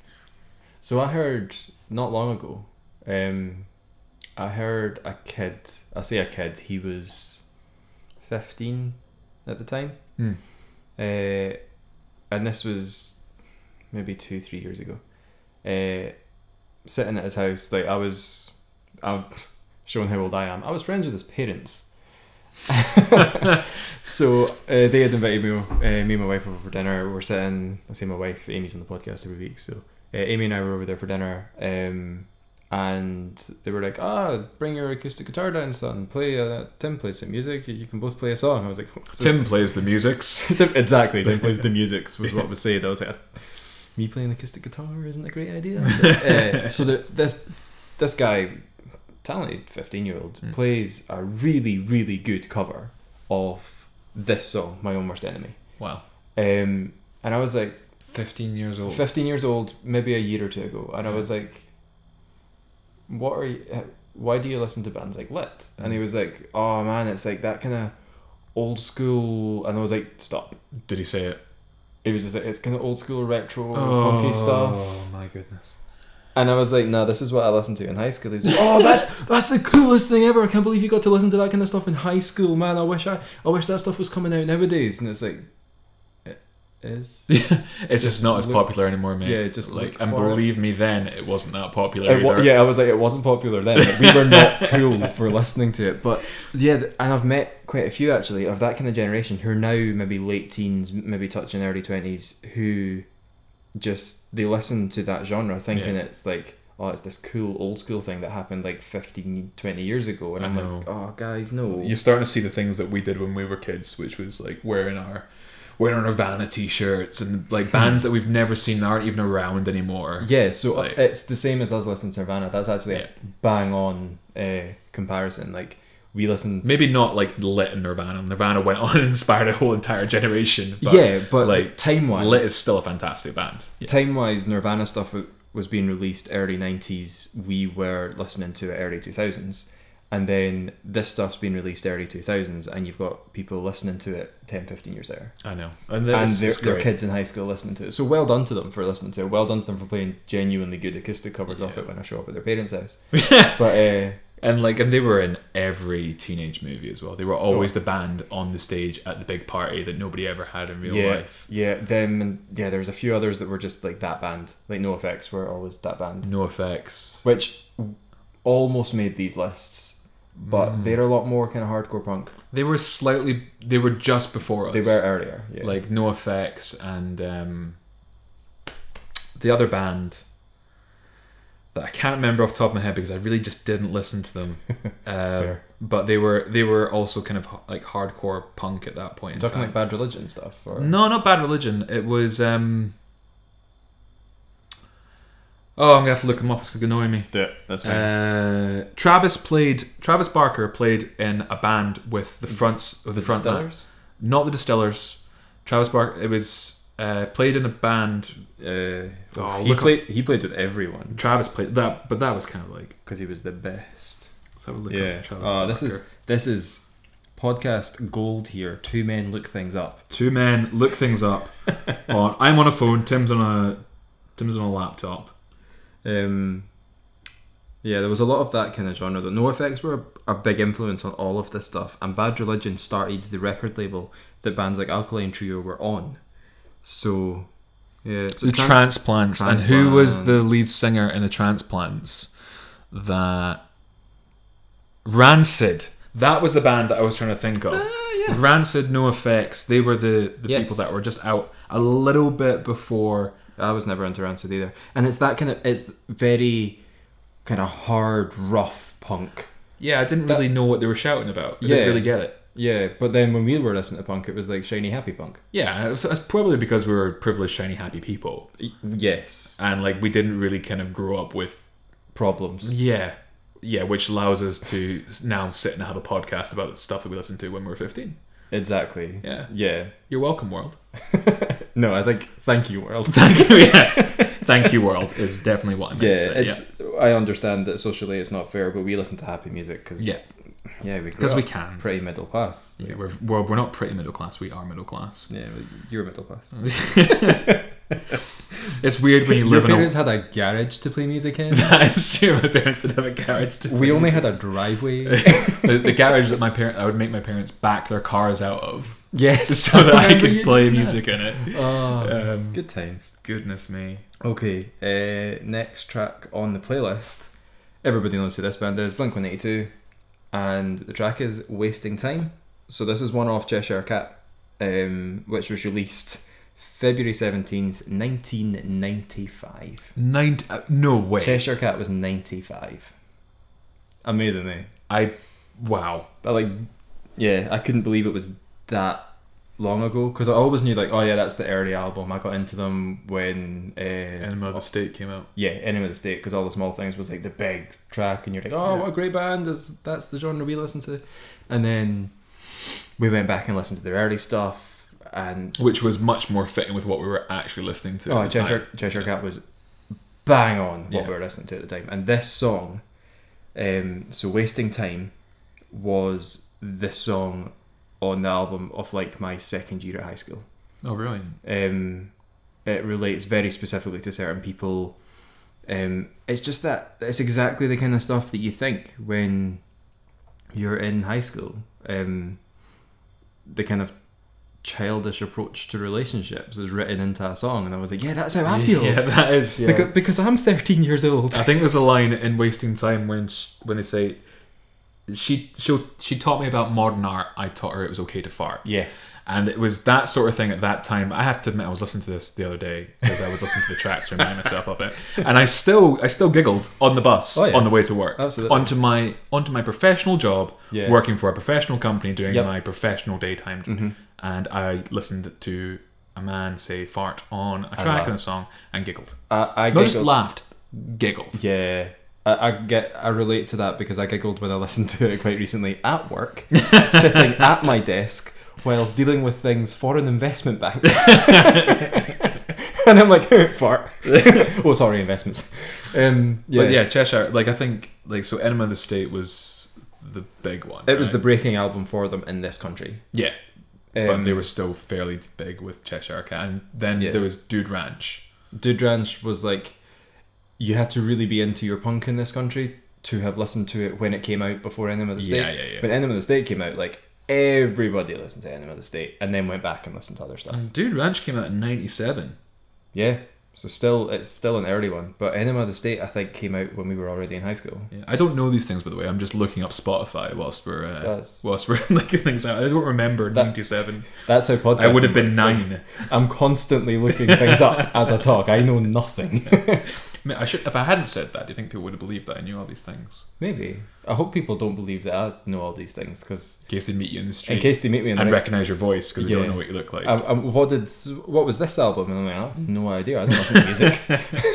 So I heard not long ago. Um, I heard a kid. I say a kid. He was fifteen at the time.
Hmm.
Uh, and this was maybe two, three years ago. Uh, sitting at his house, like I was, I've shown how old I am. I was friends with his parents. so uh, they had invited me, uh, me and my wife over for dinner. We were sitting. I say my wife, Amy's on the podcast every week, so uh, Amy and I were over there for dinner, um, and they were like, "Ah, bring your acoustic guitar down, son. Play. Uh, Tim plays some music. You, you can both play a song." I was like, "What's this?"
Tim plays the musics.
Tim- exactly. Tim plays the music." Was what was said. I was like, "Me playing acoustic guitar isn't a great idea." Uh, so the, this this guy, talented fifteen year old,
Mm.
plays a really really good cover of this song, "My Own Worst Enemy,"
Wow.
um, and I was like.
Fifteen years old.
15 years old, maybe a year or two ago, and I was like, "What are you? h- Why do you listen to bands like Lit?" And he was like, "Oh man, it's like that kind of old school." And I was like, "Stop."
Did he say it?
It was just like it's kind of old school retro punky stuff,
Oh my goodness.
and I was like, "No, this is what I listened to in high school." He was like, "Oh, that's that's the coolest thing ever! I can't believe you got to listen to that kind of stuff in high school, man. I wish I I wish that stuff was coming out nowadays." And it's like, it is.
It's just not as
look-
popular anymore, mate.
Yeah, just
like
look
and
for it.
believe me, then it wasn't that popular
It wa-
either.
yeah, I was like, it wasn't popular then. Like, we were not cool for listening to it. But yeah, th- and I've met quite a few actually of that kind of generation who are now maybe late teens, m- maybe touching early 20s, who just they listen to that genre thinking
Yeah.
it's like, oh, it's this cool old school thing that happened like 15, 20 years ago. And
I
I'm
know.
like, oh, guys, no.
You're starting to see the things that we did when we were kids, which was like wearing our wearing Nirvana t-shirts and like bands that we've never seen that aren't even around anymore.
Yeah, so uh,
Like-
it's the same as us listening to Nirvana. That's actually
Yeah.
a bang on uh, comparison. Like we listened.
Maybe not like Lit and Nirvana. Nirvana went on and inspired a whole entire generation. But
yeah, but like
like,
time
Lit is
wise,
still a fantastic band. Yeah.
time wise, Nirvana stuff w- was being released early nineties. We were listening to it early two thousands, and then this stuff's been released early two thousands, and you've got people listening to it 10, 15 years later,
I know. And,
and
that's
their,
it's
their
great.
kids in high school listening to it. So well done to them for listening to it. Well done to them for playing genuinely good acoustic covers off
Yeah.
it when I show up at their parents' house. but uh,
And like, and they were in every teenage movie as well. They were always the band on the stage at the big party that nobody ever had in real
yeah,
life.
Yeah, them and yeah, there was a few others that were just like that band. Like No Effects were always that band,
No effects.
which almost made these lists, but they're a lot more kind of hardcore punk.
They were slightly. They were just before us.
They were earlier. Yeah.
like No Effects and um, the other band that I can't remember off the top of my head because I really just didn't listen to them. Uh,
Fair.
but they were they were also kind of h- like hardcore punk at that point. In
talking
time.
like Bad Religion stuff. Or,
No, not Bad Religion. It was. Um... Oh, I'm gonna have to look them up. It's gonna annoy me.
Yeah, that's
Uh, Travis played. Travis Barker played in a band with the fronts of the front man.
Distillers?
Not the Distillers. Travis Barker. It was uh, played in a band.
Uh,
Oh,
he
look up-
played. He played with everyone
Travis played that, but that was kind of like.
because he was the best.
Let's have a look
yeah.
up Travis
Oh, this
Barker.
is this is podcast gold here. Two men look things up.
two men look things up. on I'm on a phone. Tim's on a Tim's on a laptop.
Um, yeah, there was a lot of that kind of genre. Though NoFX were a big influence on all of this stuff, and Bad Religion started the record label that bands like Alkaline Trio were on. So, yeah, so
the
Tran-
transplants. and who was the
Transplants.
lead singer in the transplants that rancid that was the band that i was trying to think of rancid no effects they were the, the
Yes.
people that were just out a little bit before
I was never into Rancid either, and it's that kind of it's very kind of hard, rough punk.
yeah i didn't really know what they were shouting about i
Yeah.
didn't really get it
Yeah, but then when we were listening to punk, it was like shiny happy punk.
yeah and it was, that's probably because we were privileged shiny happy people
Yes,
and like we didn't really kind of grow up with
problems.
yeah yeah which allows us to now sit and have a podcast about the stuff that we listened to when we were 15
Exactly.
yeah
Yeah.
You're welcome, world.
No, I think thank you, world.
Thank you. Yeah. Thank you, world is definitely what I meant
yeah,
to say.
it's. I understand that socially it's not fair, but we listen to happy music because
yeah,
yeah, we
because
because
we can.
pretty middle class.
yeah, we're, we're we're not pretty middle class. We are middle class.
Yeah, but you're middle class.
It's weird when you
Your
live in a.
parents had a garage to play music in.
That's true. My parents did have a garage. To
we only had a driveway.
the, the garage that my parent I would make my parents back their cars out of
yes,
so that I
remember
could
you
play
doing that.
music in it.
Oh,
Um,
good times.
goodness me.
Okay, uh, next track on the playlist. Everybody knows who this band is, Blink One Eighty Two, and the track is "Wasting Time." So this is one off Cheshire Cat, um, which was released February seventeenth, nineteen ninety five.
Nine. uh, no way.
Cheshire Cat was 95. Amazing, eh?
I. Wow.
But like, yeah, I couldn't believe it was that long ago because I always knew like, oh yeah, that's the early album. I got into them when uh,
Enema of the State came out.
yeah, Enemy of the State because all the small things was like the big track, and you're like, oh,
Yeah.
what a great band! Is that's the genre we listen to? And then we went back and listened to their early stuff, and
Which was much more fitting with what we were actually listening to.
Oh,
at the time.
Cheshire, Cheshire Cat was bang on what
Yeah.
we were listening to at the time. And this song, um, so Wasting Time, was the song on the album of like my second year at high school.
Oh, brilliant.
Um, it relates very specifically to certain people. Um, it's just that it's exactly the kind of stuff that you think when you're in high school. Um, the kind of childish approach to relationships is written into a song, and I was like, "Yeah, that's how I feel."
Yeah, that is. Yeah.
Because, because I'm 13 years old.
I think there's a line in Wasting Time when sh when they say, she she she taught me about modern art. I taught her it was okay to fart.
Yes.
And it was that sort of thing at that time. I have to admit, I was listening to this the other day because I was listening to the tracks to remind myself of it, and I still, I still giggled on the bus
Oh, yeah.
on the way to work,
Absolutely.
onto my onto my professional job,
Yeah.
working for a professional company, doing
Yep. Mm-hmm.
my professional daytime job, and I listened to a man say "fart" on a track
laugh.
in a song and giggled.
I, I
Not just
giggled-
laughed, giggled.
Yeah. I, I get I relate to that because I giggled when I listened to it quite recently at work, sitting at my desk whilst dealing with things for an investment bank. and I'm like, fart. oh, sorry, investments. Um, yeah.
But yeah, Cheshire. Like I think, like so, Enema of the State was the big one.
It was
right?
the breaking album for them in this country.
yeah.
Um,
but they were still fairly big with Cheshire Cat. And then
Yeah.
there was Dude Ranch.
Dude Ranch was like, you had to really be into your punk in this country to have listened to it when it came out before Enema of the State.
Yeah, yeah, yeah.
When Enema of the State came out, like everybody listened to Enema of the State and then went back and listened to other stuff.
And Dude Ranch came out in '97.
Yeah. So still, it's still an early one. But Enema of the State, I think, came out when we were already in high school.
Yeah. I don't know these things by the way. I'm just looking up Spotify whilst we're uh,
That's-
whilst we're looking things out. I don't remember
That-
'97.
That's how podcast.
I would have been nine.
I'm constantly looking things up as I talk. I know nothing.
I mean, I should. If I hadn't said that, do you think people would have believed that I knew all these things?
Maybe. I hope people don't believe that I know all these things because
In case they meet you in the street
in case they meet me in the
and
night-
recognize your voice because they
Yeah.
don't know what you look like.
Um, um, what did what was this album? And I'm like, I have no idea. I don't listen to music.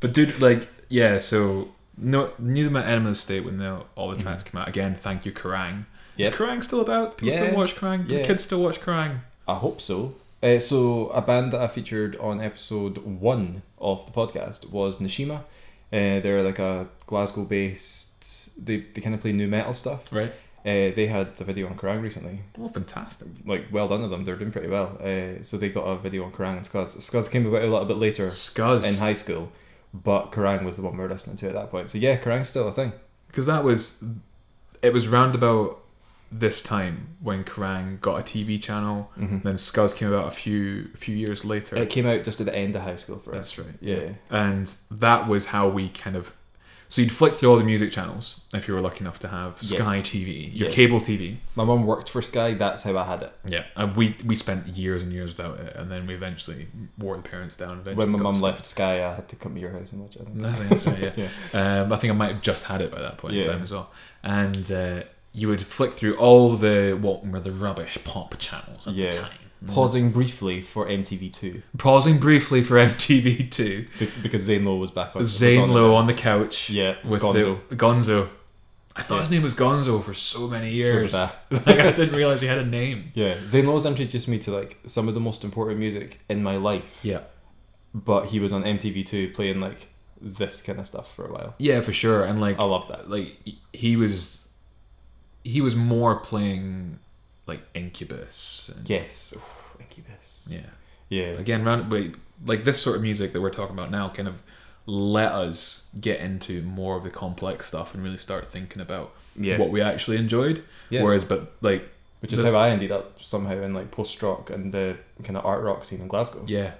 But dude, like, yeah, so no, knew them at Enema of the State when the, all the tracks came out. Again, thank you, Kerrang.
Mm-hmm. Yep.
Is Kerrang still about? People
Yeah.
still watch Kerrang? Do
Yeah.
The kids still watch Kerrang?
I hope so. Uh, so a band that I featured on episode one of the podcast was Nishima. Uh, they're like a Glasgow based. They they kind of play new metal stuff.
Right.
Uh, they had a video on Kerrang recently.
Oh, fantastic.
Like well done to them. They're doing pretty well. Uh, so they got a video on Kerrang and Scuzz. Scuzz came about a little bit later in
Scuzz.
high school, but Kerrang was the one we were listening to at that point. So yeah, Kerrang's still a thing.
Because that was, it was round about this time when Kerrang got a TV channel. Then Scuzz came about a few a few years later.
Mm-hmm. It came out just at the end of high school for us.
That's right.
Yeah.
And that was how we kind of. So you'd flick through all the music channels if you were lucky enough to have
Yes.
Sky TV, your
Yes.
cable TV.
My mum worked for Sky. That's how I had it.
Yeah, and we we spent years and years without it, and then we eventually wore the parents down. Eventually,
when my
got
mum
some-
left Sky, I had to come to your house and watch it. I think.
I think that's right, yeah. Um, I think I might have just had it by that point
Yeah.
in time as well. And uh, you would flick through all the what were the rubbish pop channels at
Yeah.
the time,
Pausing briefly for MTV2
pausing briefly for MTV Two.
be- because Zane Lowe was back on. was
Zane
on it.
Lowe on the couch,
Yeah,
with
Gonzo.
the Gonzo. I thought
Yeah.
his name was Gonzo for so many
So
years.
did I.
like I didn't realize he had a name.
Yeah, Zane Lowe's introduced me to like some of the most important music in my life,
Yeah.
but he was on MTV2 playing like this kind of stuff for a while.
Yeah, for sure. And like,
I love that.
Like he was, he was more playing like Incubus. And,
Yes, Ooh, Incubus.
Yeah.
Yeah,
Again, round but, like this sort of music that we're talking about now kind of let us get into more of the complex stuff and really start thinking about
Yeah.
what we actually enjoyed.
Yeah.
Whereas, but like,
which is
the-
how I ended up somehow in like post rock and the kind of art rock scene in Glasgow.
yeah.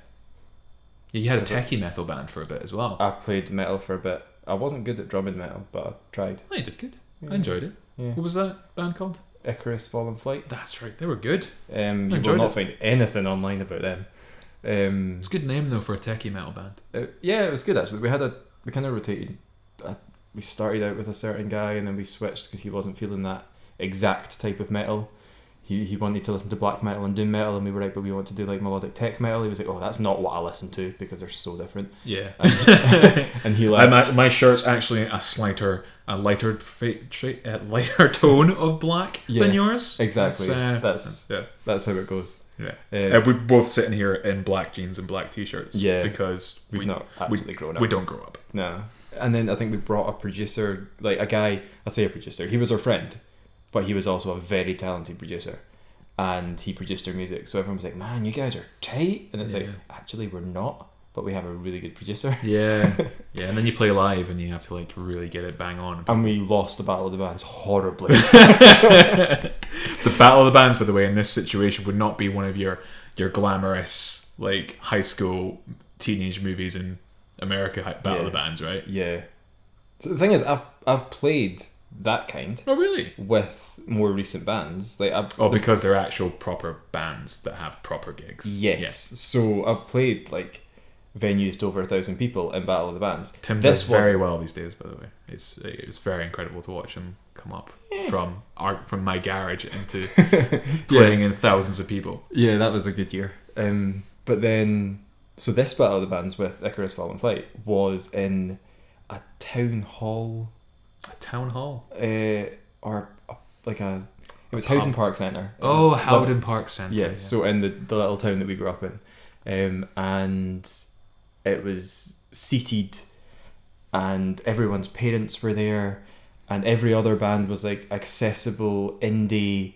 Yeah, you had a techie metal band for a bit as well.
I played metal for a bit. I wasn't good at drumming metal, but I tried.
I did good. I enjoyed it.
Yeah.
What was that band called?
Icarus Fallen Flight.
That's right. They were good.
Um, you will
enjoyed
not
it.
find anything online about them. Um,
It's a good name though for a techie metal band.
uh, yeah, it was good actually. We had a we kind of rotated. Uh, we started out with a certain guy, and then we switched because he wasn't feeling that exact type of metal. He, he wanted to listen to black metal and doom metal, and we were like, but we want to do like melodic tech metal. He was like, oh, that's not what I listen to because they're so different.
Yeah.
And he
I'm
left.
act- my shirt's actually a slighter, a lighter, fa- tra- uh, lighter tone of black
Yeah,
than yours.
exactly. That's-
That's, uh,
That's how it goes.
yeah.
Uh,
yeah. Uh, we're both sitting here in black jeans and black t-shirts.
Yeah.
because
We've
we,
not
we,
actually grown up.
we don't grow up.
No. And then I think we brought a producer, like a guy, I say a producer, he was our friend, but he was also a very talented producer. And he produced our music. So everyone was like, man, you guys are tight. And it's like,
Yeah.
actually, we're not, but we have a really good producer.
Yeah, yeah. And then you play live, and you have to like really get it bang on.
And we lost the Battle of the Bands horribly.
The battle of the bands, by the way, in this situation would not be one of your your glamorous like high school teenage movies in America. hi- Battle of the
Yeah.
bands, right?
yeah. So the thing is, I've, I've played that kind
Oh, really?
with more recent bands. Like I,
Oh, because they're actual proper bands that have proper gigs.
Yes. So I've played like venues to over a thousand people in Battle of the Bands.
Tim does very well these days, by the way. It's it's very incredible to watch him come up from art from my garage into playing in thousands of people.
yeah, that was a good year. Um, but then, so this Battle of the Bands with Icarus Fallen Flight was in a town hall
A town hall.
uh, or a, like a. It was
pub.
Howden Park Centre. It
Oh,
was
Howden Park Centre.
yeah, so in the, the little town that we grew up in. Um, and it was seated, and everyone's parents were there, and every other band was like accessible indie,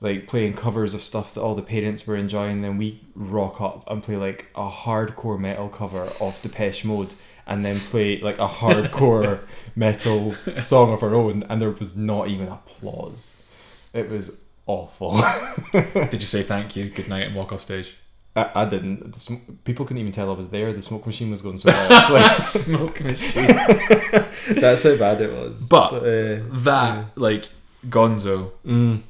like playing covers of stuff that all the parents were enjoying. Then we rock up and play like a hardcore metal cover of Depeche Mode. And then play like a hardcore metal song of our own, and there was not even applause. It was awful.
Did you say thank you, good night, and walk off stage?
I, I didn't. The sm- people couldn't even tell I was there. The smoke machine was going so loud. It's
Smoke machine.
like, that's how bad it was.
But-
uh,
That like Gonzo,
mm,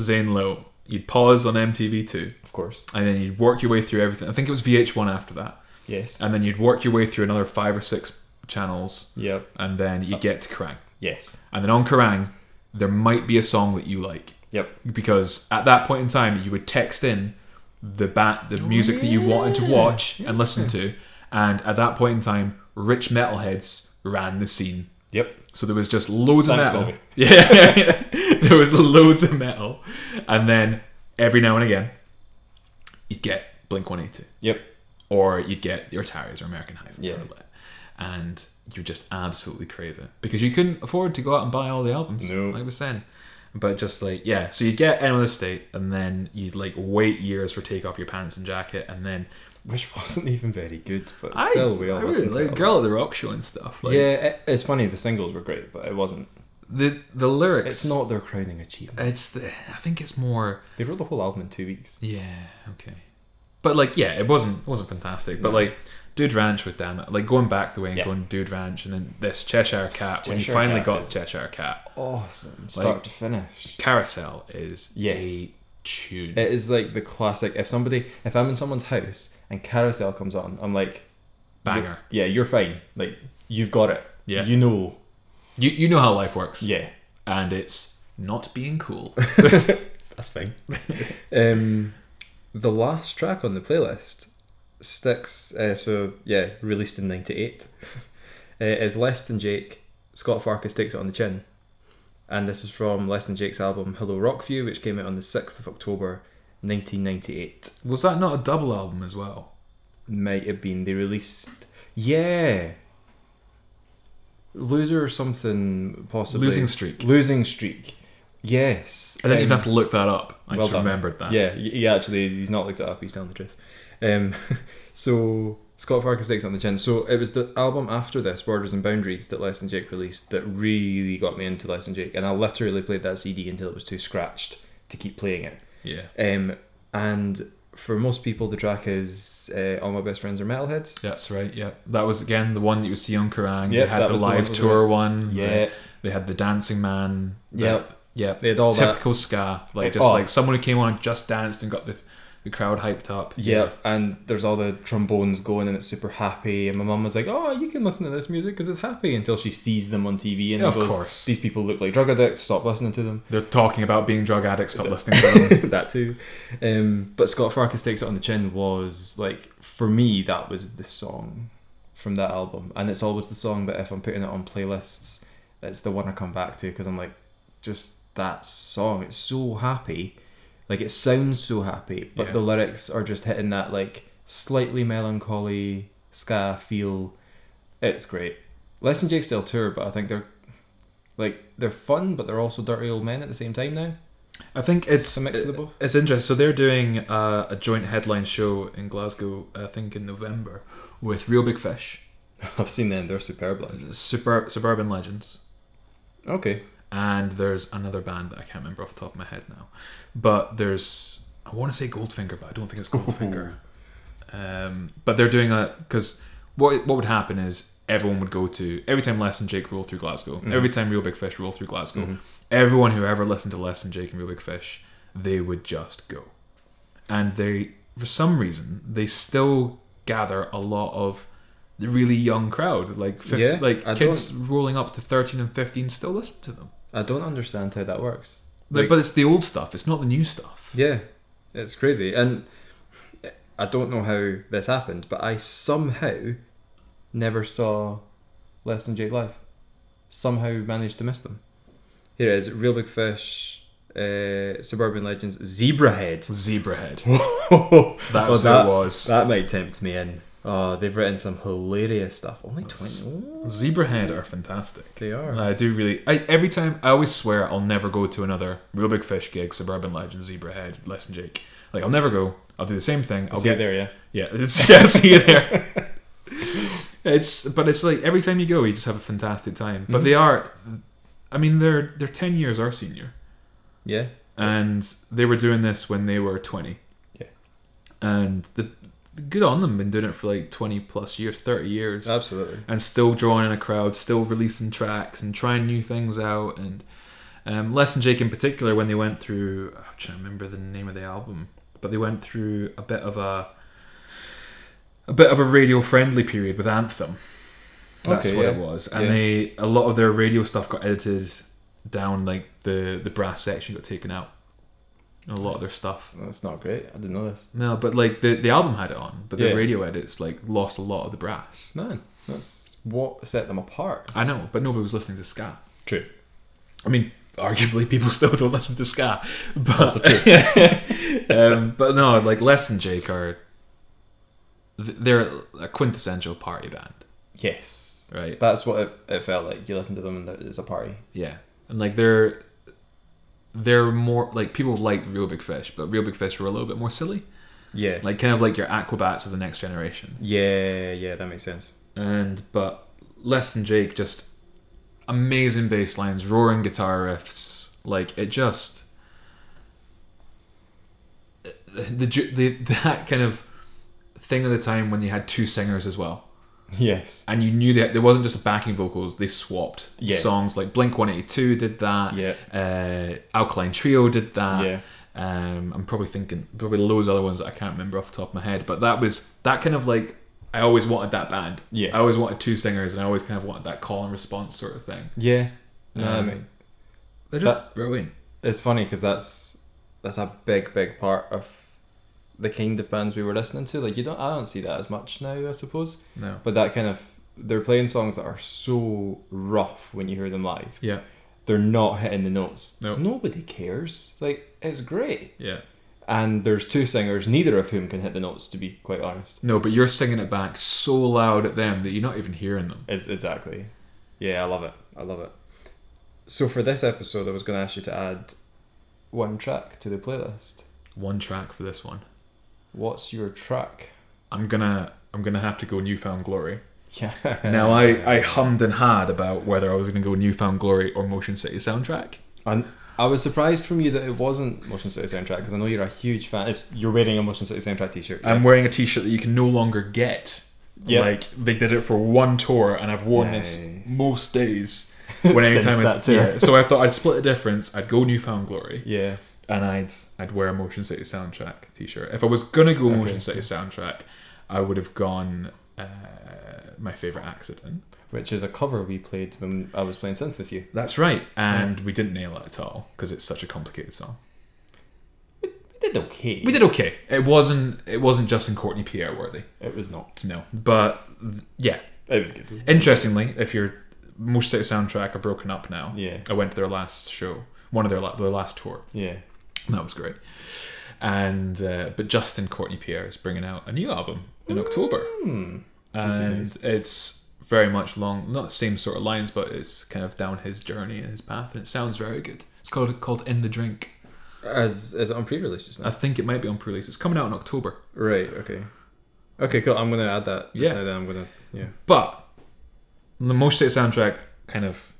Zane Lowe. You'd pause on MTV two,
of course,
and then you'd work your way through everything. I think it was VH1 after that,
yes,
and then you'd work your way through another five or six channels,
yep,
and then you get to Kerrang.
yes,
And then on Kerrang, there might be a song that you like.
yep.
because at that point in time you would text in the bat the music that you wanted to watch and listen to and at that point in time rich metalheads ran the scene
Yep.
so there was just loads
Thanks,
of metal
Bobby.
yeah there was loads of metal and then every now and again you'd get blink 182
Yep.
or you'd get the Ataris or American Hive
Yeah.
and you would just absolutely crave it because you couldn't afford to go out and buy all the albums
No.
like I was saying but just like yeah so you'd get End of the State and then you'd like wait years for Take Off Your Pants and Jacket and then
Which wasn't even very good, but still, we all
I
listened
really
to
like
it.
Girl at the Rock Show and stuff like
yeah, it, it's funny. The singles were great, but it wasn't.
the, the lyrics
It's not their crowning achievement.
it's the, I think it's more
They wrote the whole album in two weeks.
Yeah, okay. But like, yeah, it wasn't it wasn't fantastic. But like, Dude Ranch with damn it, like going back the way and
Yeah.
going Dude Ranch, and then this Cheshire Cat. when you
Cheshire
finally
Cat
got
is-
Cheshire Cat,
Awesome, start to finish.
Carousel is
Yes.
a tune.
It is like the classic. If somebody, if I'm in someone's house and Carousel comes on, I'm like,
Banger.
yeah, you're fine. Like you've got it.
Yeah.
You know.
You you know how life works.
Yeah.
and it's not being cool.
That's fine. um, the last track on the playlist sticks. Uh, so yeah, released in '98. uh, is less than Jake. Scott Farkas takes it on the chin, and this is from Less Than Jake's album Hello Rockview, which came out on the sixth of October, 1998.
Was that not a double album as well?
Might have been they released. Yeah. Loser or something possibly.
Losing streak.
Losing streak. Yes.
I didn't even
Um,
have to look that up. I
well
just
done.
remembered that.
Yeah, he he actually he's not looked it up. He's telling the truth. Um, so Scott Farkas takes it on the chin. So it was the album after this, Borders and Boundaries, that Less Than Jake released that really got me into Less Than Jake, and I literally played that CD until it was too scratched to keep playing it.
yeah,
Um, and for most people, the track is uh, "All My Best Friends Are Metalheads."
that's right. Yeah, that was again the one that you would see on Kerrang.
Yep,
they had
that
the
was the
live
one-
tour one. the-
Yeah,
They had the Dancing Man. the-
Yep.
Yeah.
They had all that.
Typical ska. Like
Like,
just
oh.
like someone who came on and just danced and got the the crowd hyped up.
Yeah, and there's all the trombones going, and it's super happy. And my mum was like, "Oh, you can listen to this music because it's happy." Until she sees them on TV, and
Yeah,
then
of
goes,
course.
these people look like drug addicts. Stop listening to them.
They're talking about being drug addicts, not listening to them.
that too. Um, but Scott Farkas takes it on the chin was like for me that was the song from that album, and it's always the song that if I'm putting it on playlists, it's the one I come back to because I'm like, just that song. It's so happy, like it sounds so happy, but
Yeah.
the lyrics are just hitting that like slightly melancholy ska feel. It's great. Less than Jake still tour, but I think they're like they're fun, but they're also dirty old men at the same time now.
I think it's
It's a mix of the both.
it's interesting. So they're doing uh, a joint headline show in Glasgow, I think in November, with Real Big Fish,
I've seen them. They're superb. Like.
Super Suburban Legends,
Okay.
and there's another band that I can't remember off the top of my head now. But there's I want to say Goldfinger, but I don't think it's Goldfinger. Um, but they're doing a because what what would happen is everyone would go to every time Les and Jake rolled through Glasgow,
Mhm.
every time Real Big Fish rolled through Glasgow,
Mhm.
everyone who ever listened to Les and Jake and Real Big Fish, they would just go. And they, for some reason, they still gather a lot of the really young crowd, like 50,
Yeah,
like
I
kids rolling up to thirteen and fifteen still listen to them.
I don't understand how that works.
Like,
Like-
but it's the old stuff; it's not the new stuff.
Yeah, it's crazy. And I don't know how this happened, but I somehow never saw Less Than Jake live. Somehow managed to miss them. Here it is Real Big Fish, uh, Suburban Legends, Zebrahead.
Zebrahead.
Whoa,
That's
Well,
what
that-
it was.
that might tempt me in. Oh, they've written some hilarious stuff. Only 20.
Zebrahead are fantastic.
They are.
And I do really. I, every time I always swear I'll never go to another Real Big Fish gig, Suburban Legend, Zebrahead, Less Than Jake. Like I'll never go. I'll do the same thing. I'll
See you
get-
there, yeah.
Yeah, it's, yeah, see you there. it's but it's like every time you go, you just have a fantastic time. But
Mhm.
they are, I mean, they're they're ten years our senior,
Yeah.
and they were doing this when they were twenty.
Yeah.
and the good on them, been doing it for like twenty plus years, thirty years
Absolutely.
and still drawing in a crowd, still releasing tracks and trying new things out. And um, Les and Jake, in particular, when they went through, I'm trying to remember the name of the album, but they went through a bit of a a bit of a radio friendly period with Anthem. That's
Okay,
what
yeah.
it was, and
Yeah.
they a lot of their radio stuff got edited down, like the the brass section got taken out. A lot of their stuff.
That's not great. I didn't know this.
No, but like the, the album had it on, but the
Yeah.
radio edits like lost a lot of the brass.
Man, that's what set them apart.
I know, but nobody was listening to ska.
True.
I mean, arguably people still don't listen to ska, but um, but no, like Less and Jake are th- they're a quintessential party band,
Yes.
right?
That's what it, it felt like. You listen to them and there- it's a party.
Yeah, and like they're they're more like people liked Real Big Fish, but Real Big Fish were a little bit more silly,
Yeah. Like
like kind of like your Aquabats of the next generation.
yeah, yeah, that makes sense.
and but less than Jake just amazing bass lines, roaring guitar riffs, like it just the, ju- the that kind of thing of the time when you had two singers as well,
Yes.
and you knew that there wasn't just backing vocals; they swapped
Yeah.
songs. Like Blink One Eighty Two did that,
Yeah.
uh, Alkaline Trio did that.
yeah.
Um, I'm probably thinking probably loads of other ones that I can't remember off the top of my head, but that was that kind of like I always wanted that band.
Yeah.
I always wanted two singers, and I always kind of wanted that call and response sort of thing.
Yeah. No, I
Um,
mean,
They're just
That-
brilliant.
it's funny because that's that's a big, big part of the kind of bands we were listening to. Like you don't, I don't see that as much now, I suppose.
No,
But that kind of they're playing songs that are so rough when you hear them live.
yeah,
They're not hitting the notes.
No.
Nobody cares. Like it's great.
yeah.
and there's two singers, neither of whom can hit the notes. To be quite honest,
No, but you're singing it back so loud at them that you're not even hearing them.
it's exactly. Yeah, I love it. I love it. So for this episode, I was going to ask you to add one track to the playlist.
One track for this one.
What's your track?
I'm gonna I'm gonna have to go Newfound Glory.
Yeah.
Now
Um,
I I hummed and had about whether I was gonna go Newfound Glory or Motion City soundtrack.
And I was surprised from you that it wasn't Motion City soundtrack because I know you're a huge fan. It's, you're wearing a Motion City soundtrack T-shirt. yeah.
I'm wearing a T-shirt that you can no longer get.
Yeah.
Like they did it for one tour, and I've worn this
Nice.
most days. When any
Since
time I-
that tour.
yeah. So I thought I'd split the difference. I'd go Newfound Glory,
yeah.
and I'd I'd wear a Motion City soundtrack T-shirt. If I was gonna go
Okay.
Motion City soundtrack, I would have gone uh, my favorite accident.
Which is a cover we played when I was playing synth with you.
That's right, and we didn't nail it at all because it's such a complicated song.
We did okay.
We did okay. It wasn't it wasn't Justin Courtney Pierre worthy.
It was not.
No, but th- yeah,
It was good.
Interestingly, if your most City soundtrack are broken up now,
Yeah.
I went to their last show, one of their la- their last tour.
Yeah.
That was great. And uh, but Justin Courtney Pierre is bringing out a new album in October,
Hmm.
and it's very much long, not the same sort of lines, but it's kind of down his journey and his path, and it sounds very good. It's called called In the Drink.
As is it on pre-release just now?
I think it might be on pre-release. It's coming out in October.
Right. Okay. Okay. Cool. I'm gonna add that. Just
Yeah.
Now then I'm gonna. Yeah.
But the Motion City soundtrack kind of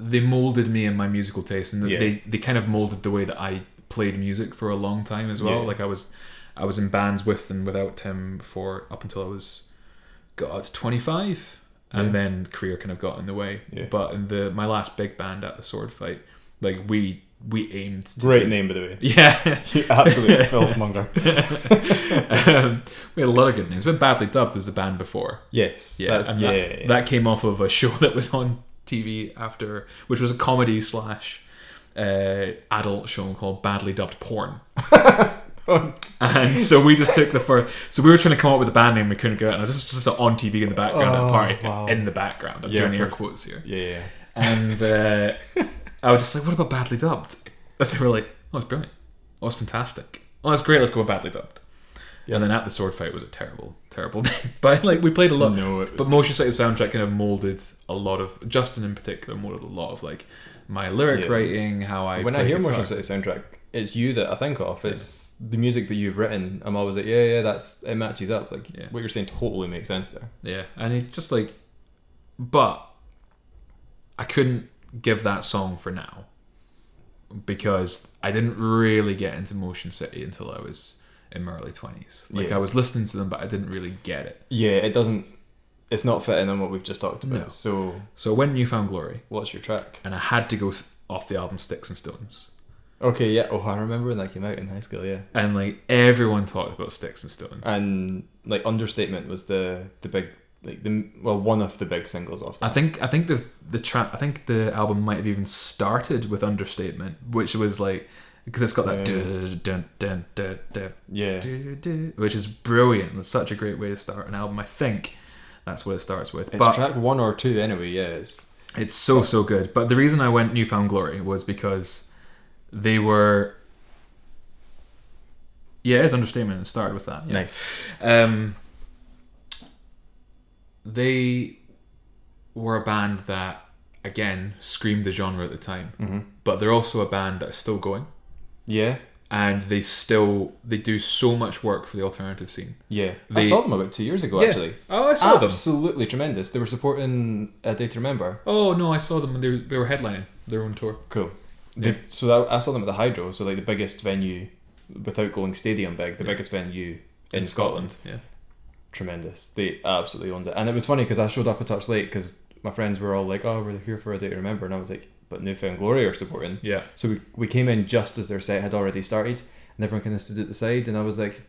they molded me and my musical taste, and
Yeah.
they they kind of molded the way that I played music for a long time as well.
Yeah.
Like I was I was in bands with and without Tim for up until I was God, 25.
Yeah.
And then career kind of got in the way.
Yeah.
But in the my last big band at the sword fight, like we we aimed to
Great
do-
name, by the way.
Yeah.
You absolute filthmonger.
um, we had a lot of good names. But Badly Dubbed was the band before.
Yes.
Yeah,
that's,
and
yeah,
that,
yeah, yeah.
that came off of a show that was on TV after, which was a comedy slash uh, adult show called Badly Dubbed Porn. and so we just took the first. So we were trying to come up with a band name, we couldn't get it. And this was just on TV in the background at
Oh,
a party,
wow.
in the background. I'm
Yeah,
doing
of
air
course.
quotes here.
yeah, yeah.
And uh, I was just like, "What about Badly Dubbed?" And they were like, "Oh, it's brilliant. Oh, it's fantastic. Oh, it's great. Let's go with Badly Dubbed." And then at the sword fight was a terrible, terrible name. But like we played a lot.
No, it was-
But Motion City soundtrack kind of molded a lot of Justin in particular molded a lot of like my lyric
Yeah.
writing, how I
when
play
I hear
guitar.
Motion City soundtrack, it's you that I think of. It's the music that you've written. I'm always like, yeah, yeah, that's it matches up. Like
Yeah.
what you're saying totally makes sense there.
Yeah, and it just like, but I couldn't give that song for now because I didn't really get into Motion City until I was in my early twenties. Like
Yeah.
I was listening to them, but I didn't really get it.
Yeah, it doesn't. It's not fitting on what we've just talked about.
No.
So
So when New Found Glory,
what's your track?
and I had to go s- off the album Sticks and Stones,
Okay, yeah. Oh, I remember when that came out in high school. Yeah,
and like everyone talked about Sticks and Stones.
and like understatement was the the big like the well one of the big singles off.
I
That.
think I think the the track I think the album might have even started with Understatement, which was like because it's got that dun dun dun dun dun
Yeah,
dun dun, which is brilliant. It's such a great way to start an album. I think that's what it starts with.
it's
but
track one or two anyway. Yeah, it's
it's so so good. But the reason I went Newfound Glory was because they were. Yeah, it's understatement. It started with that. Yeah.
nice.
Um, they were a band that, again, screamed the genre at the time,
Mhm.
but they're also a band that's still going,
Yeah,
and they still they do so much work for the alternative scene.
yeah. I
They-
saw them about two years ago
Yeah.
actually.
Oh, I saw them.
Absolutely tremendous. They were supporting A Day to Remember.
Oh no, I saw them. when They were, they were headlining their own tour.
Cool.
Yeah.
They, so that, I saw them at the Hydro, so like the biggest venue, without going stadium big, the
Yeah.
biggest venue in,
In,
Scotland.
Scotland. yeah.
Tremendous. They absolutely owned it, and it was funny because I showed up a touch late because my friends were all like, "Oh, we're here for A Day to Remember," and I was like, "But New Found Glory are supporting."
Yeah.
So we, we came in just as their set had already started, and everyone kind of stood at the side, and I was like,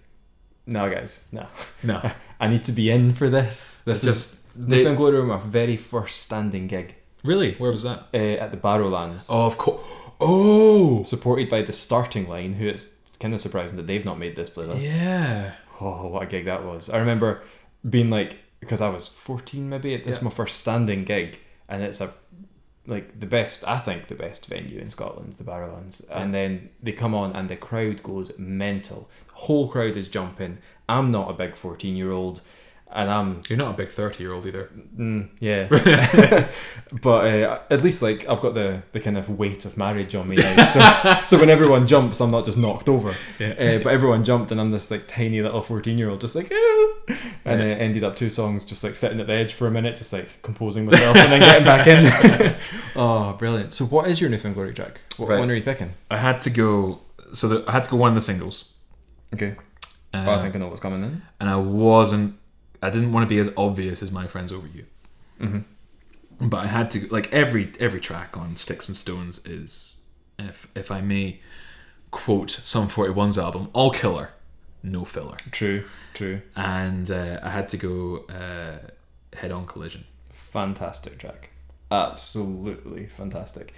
"No, guys, no,
No,
I need to be in for this. This
that's
is
just
New
they,
Found Glory were my very first standing gig
really. Where was that?
uh, at the Barrowlands."
Oh, of course. Oh,
supported by the starting line, who it's kind of surprising that they've not made this playlist.
yeah.
Oh, what a gig that was. I remember being like, because I was 14 maybe, this was
Yeah.
my first standing gig, and it's a like the best, I think, the best venue in Scotland, the Barrowlands. And then they come on, and the crowd goes mental. The whole crowd is jumping. I'm not a big 14 year old, and I'm
You're not a big thirty-year-old either.
Mm, yeah, but uh, at least like I've got the, the kind of weight of marriage on me now, so, so when everyone jumps, I'm not just knocked over.
Yeah.
Uh, but everyone jumped, and I'm this like tiny little fourteen year old, just like, "Ah," and uh, ended up two songs, just like sitting at the edge for a minute, just like composing myself, and then getting back in. oh, brilliant! So what is your Newfound Glory track? What
Right.
one are you picking?
I had to go. So the, I had to go one of the singles.
Okay,
Um,
well, I think I know what's coming then.
and I wasn't. I didn't want to be as obvious as my friends over you. Mm-hmm. But I had to like every every track on Sticks and Stones is, if if I may, quote some 41's album, all killer, no filler.
True, true,
And uh, I had to go uh, head on collision.
fantastic track, absolutely fantastic.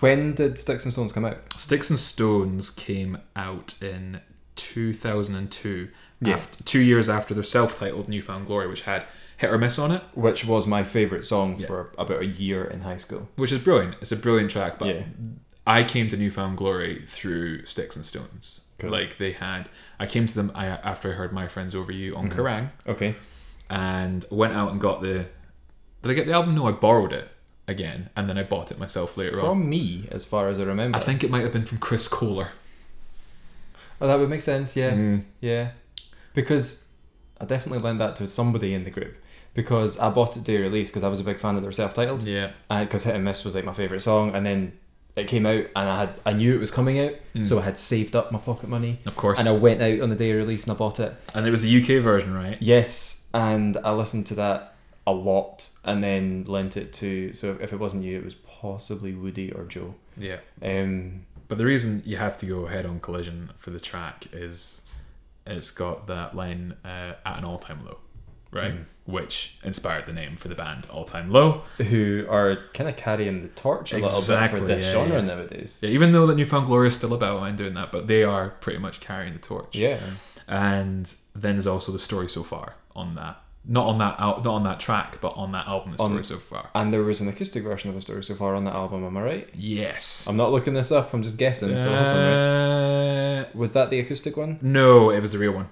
When did Sticks and Stones come out?
Sticks and Stones came out in 2002,
Yeah.
after, two years after their self-titled Newfound Glory, which had hit or miss on it.
which was my favorite song
Yeah.
for about a year in high school.
which is brilliant. It's a brilliant track, but
Yeah.
I came to Newfound Glory through Sticks and Stones.
Cool.
Like they had, I came to them I, after I heard My Friends Over You
Mm-hmm.
on Kerrang
Okay.
and went out and got the. Did I get the album? No, I borrowed it again, and then I bought it myself later on.
From me, as far as I remember.
I think it might have been from Chris Kohler.
Oh, that would make sense, yeah.
Mm.
Yeah. Because I definitely lent that to somebody in the group. Because I bought it day release because I was a big fan of their self titled.
Yeah,
Because Hit and Miss was like my favourite song. And then it came out and I had I knew it was coming out. So I had saved up my pocket money.
Mm. of course.
And I went out on the day of release and I bought it.
And it was the UK version, right? right?
Yes, and I listened to that a lot, and then lent it to. So if it wasn't you, it was possibly Woody or Joe.
Yeah.
Um,
But the reason you have to go head on collision for the track is it's got that line uh, at an all time low, right?
Mm.
Which inspired the name for the band All Time Low.
who are kind of carrying the torch a
Exactly,
little bit for this
yeah,
genre
yeah.
nowadays.
Yeah, even though that Newfound Glory is still about and doing that, but they are pretty much carrying the torch.
Yeah.
And then there's also the story so far on that. Not on that out, not on that track, but on that album, the
On-
story so far.
And there was an acoustic version of a story so far on that album, am I right?
Yes.
I'm not looking this up, I'm just guessing. So I hope I'm right.
Uh,
Was that the acoustic one?
no, it was the real one.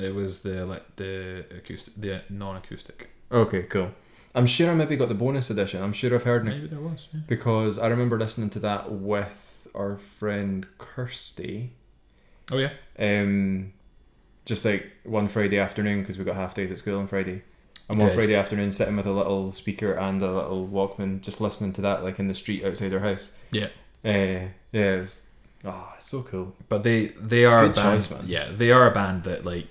It was the like the acoustic, the non-acoustic.
Okay, cool. I'm sure I maybe got the bonus edition. I'm sure I've heard an
Maybe there was. Yeah.
because I remember listening to that with our friend Kirsty.
Oh yeah.
Um, just like one Friday afternoon because we got half days at school on Friday. And
You
one
did.
Friday afternoon, sitting with a little speaker and a little Walkman, just listening to that like in the street outside our house.
Yeah.
Uh, yeah, it was, oh, it's so cool.
But they they are a
Good
band.
choice, man.
Yeah, they are a band that like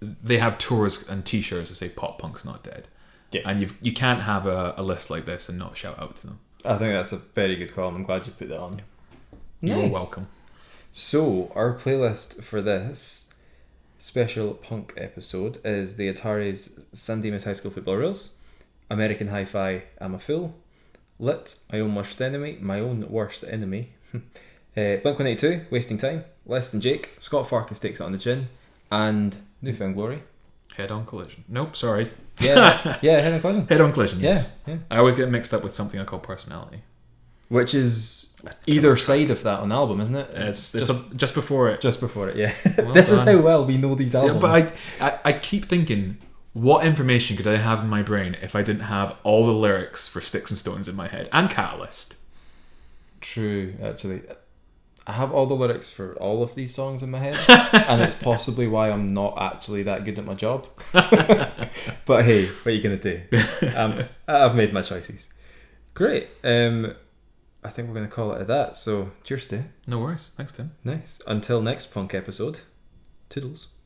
they have tours and T-shirts that say "Pop Punk's not dead."
Yeah.
And you you can't have a, a list like this and not shout out to them.
I think that's a very good call. and I'm glad you put that on.
You're
Nice.
welcome.
So, our playlist for this special punk episode is the Atari's San Dimas High School Football Rules, American Hi Fi, I'm a Fool, Lit, My Own Worst Enemy, My Own Worst Enemy, uh, Blink 182, Wasting Time, Less Than Jake, Scott Farkas Takes It on the Chin, and Newfound Glory.
Head on collision. Nope, sorry.
Yeah, yeah, Hidden Collision.
Head on collision.
Yeah,
Yes.
yeah.
I always get mixed up with something I call personality.
Which is either side of that on the album, isn't it?
It's
just,
it's just, just before it.
just before it, yeah.
Well
this is
done.
how well we know these albums.
Yeah, but I, I I keep thinking, what information could I have in my brain if I didn't have all the lyrics for Sticks and Stones in my head and Catalyst?
True, actually. I have all the lyrics for all of these songs in my head, and it's possibly why I'm not actually that good at my job. but hey, what are you going to do? Um, I've made my choices. Great. Um, I think we're going to call it at that. So, cheers to
No worries. Thanks, Tim.
Nice. Until next punk episode, toodles.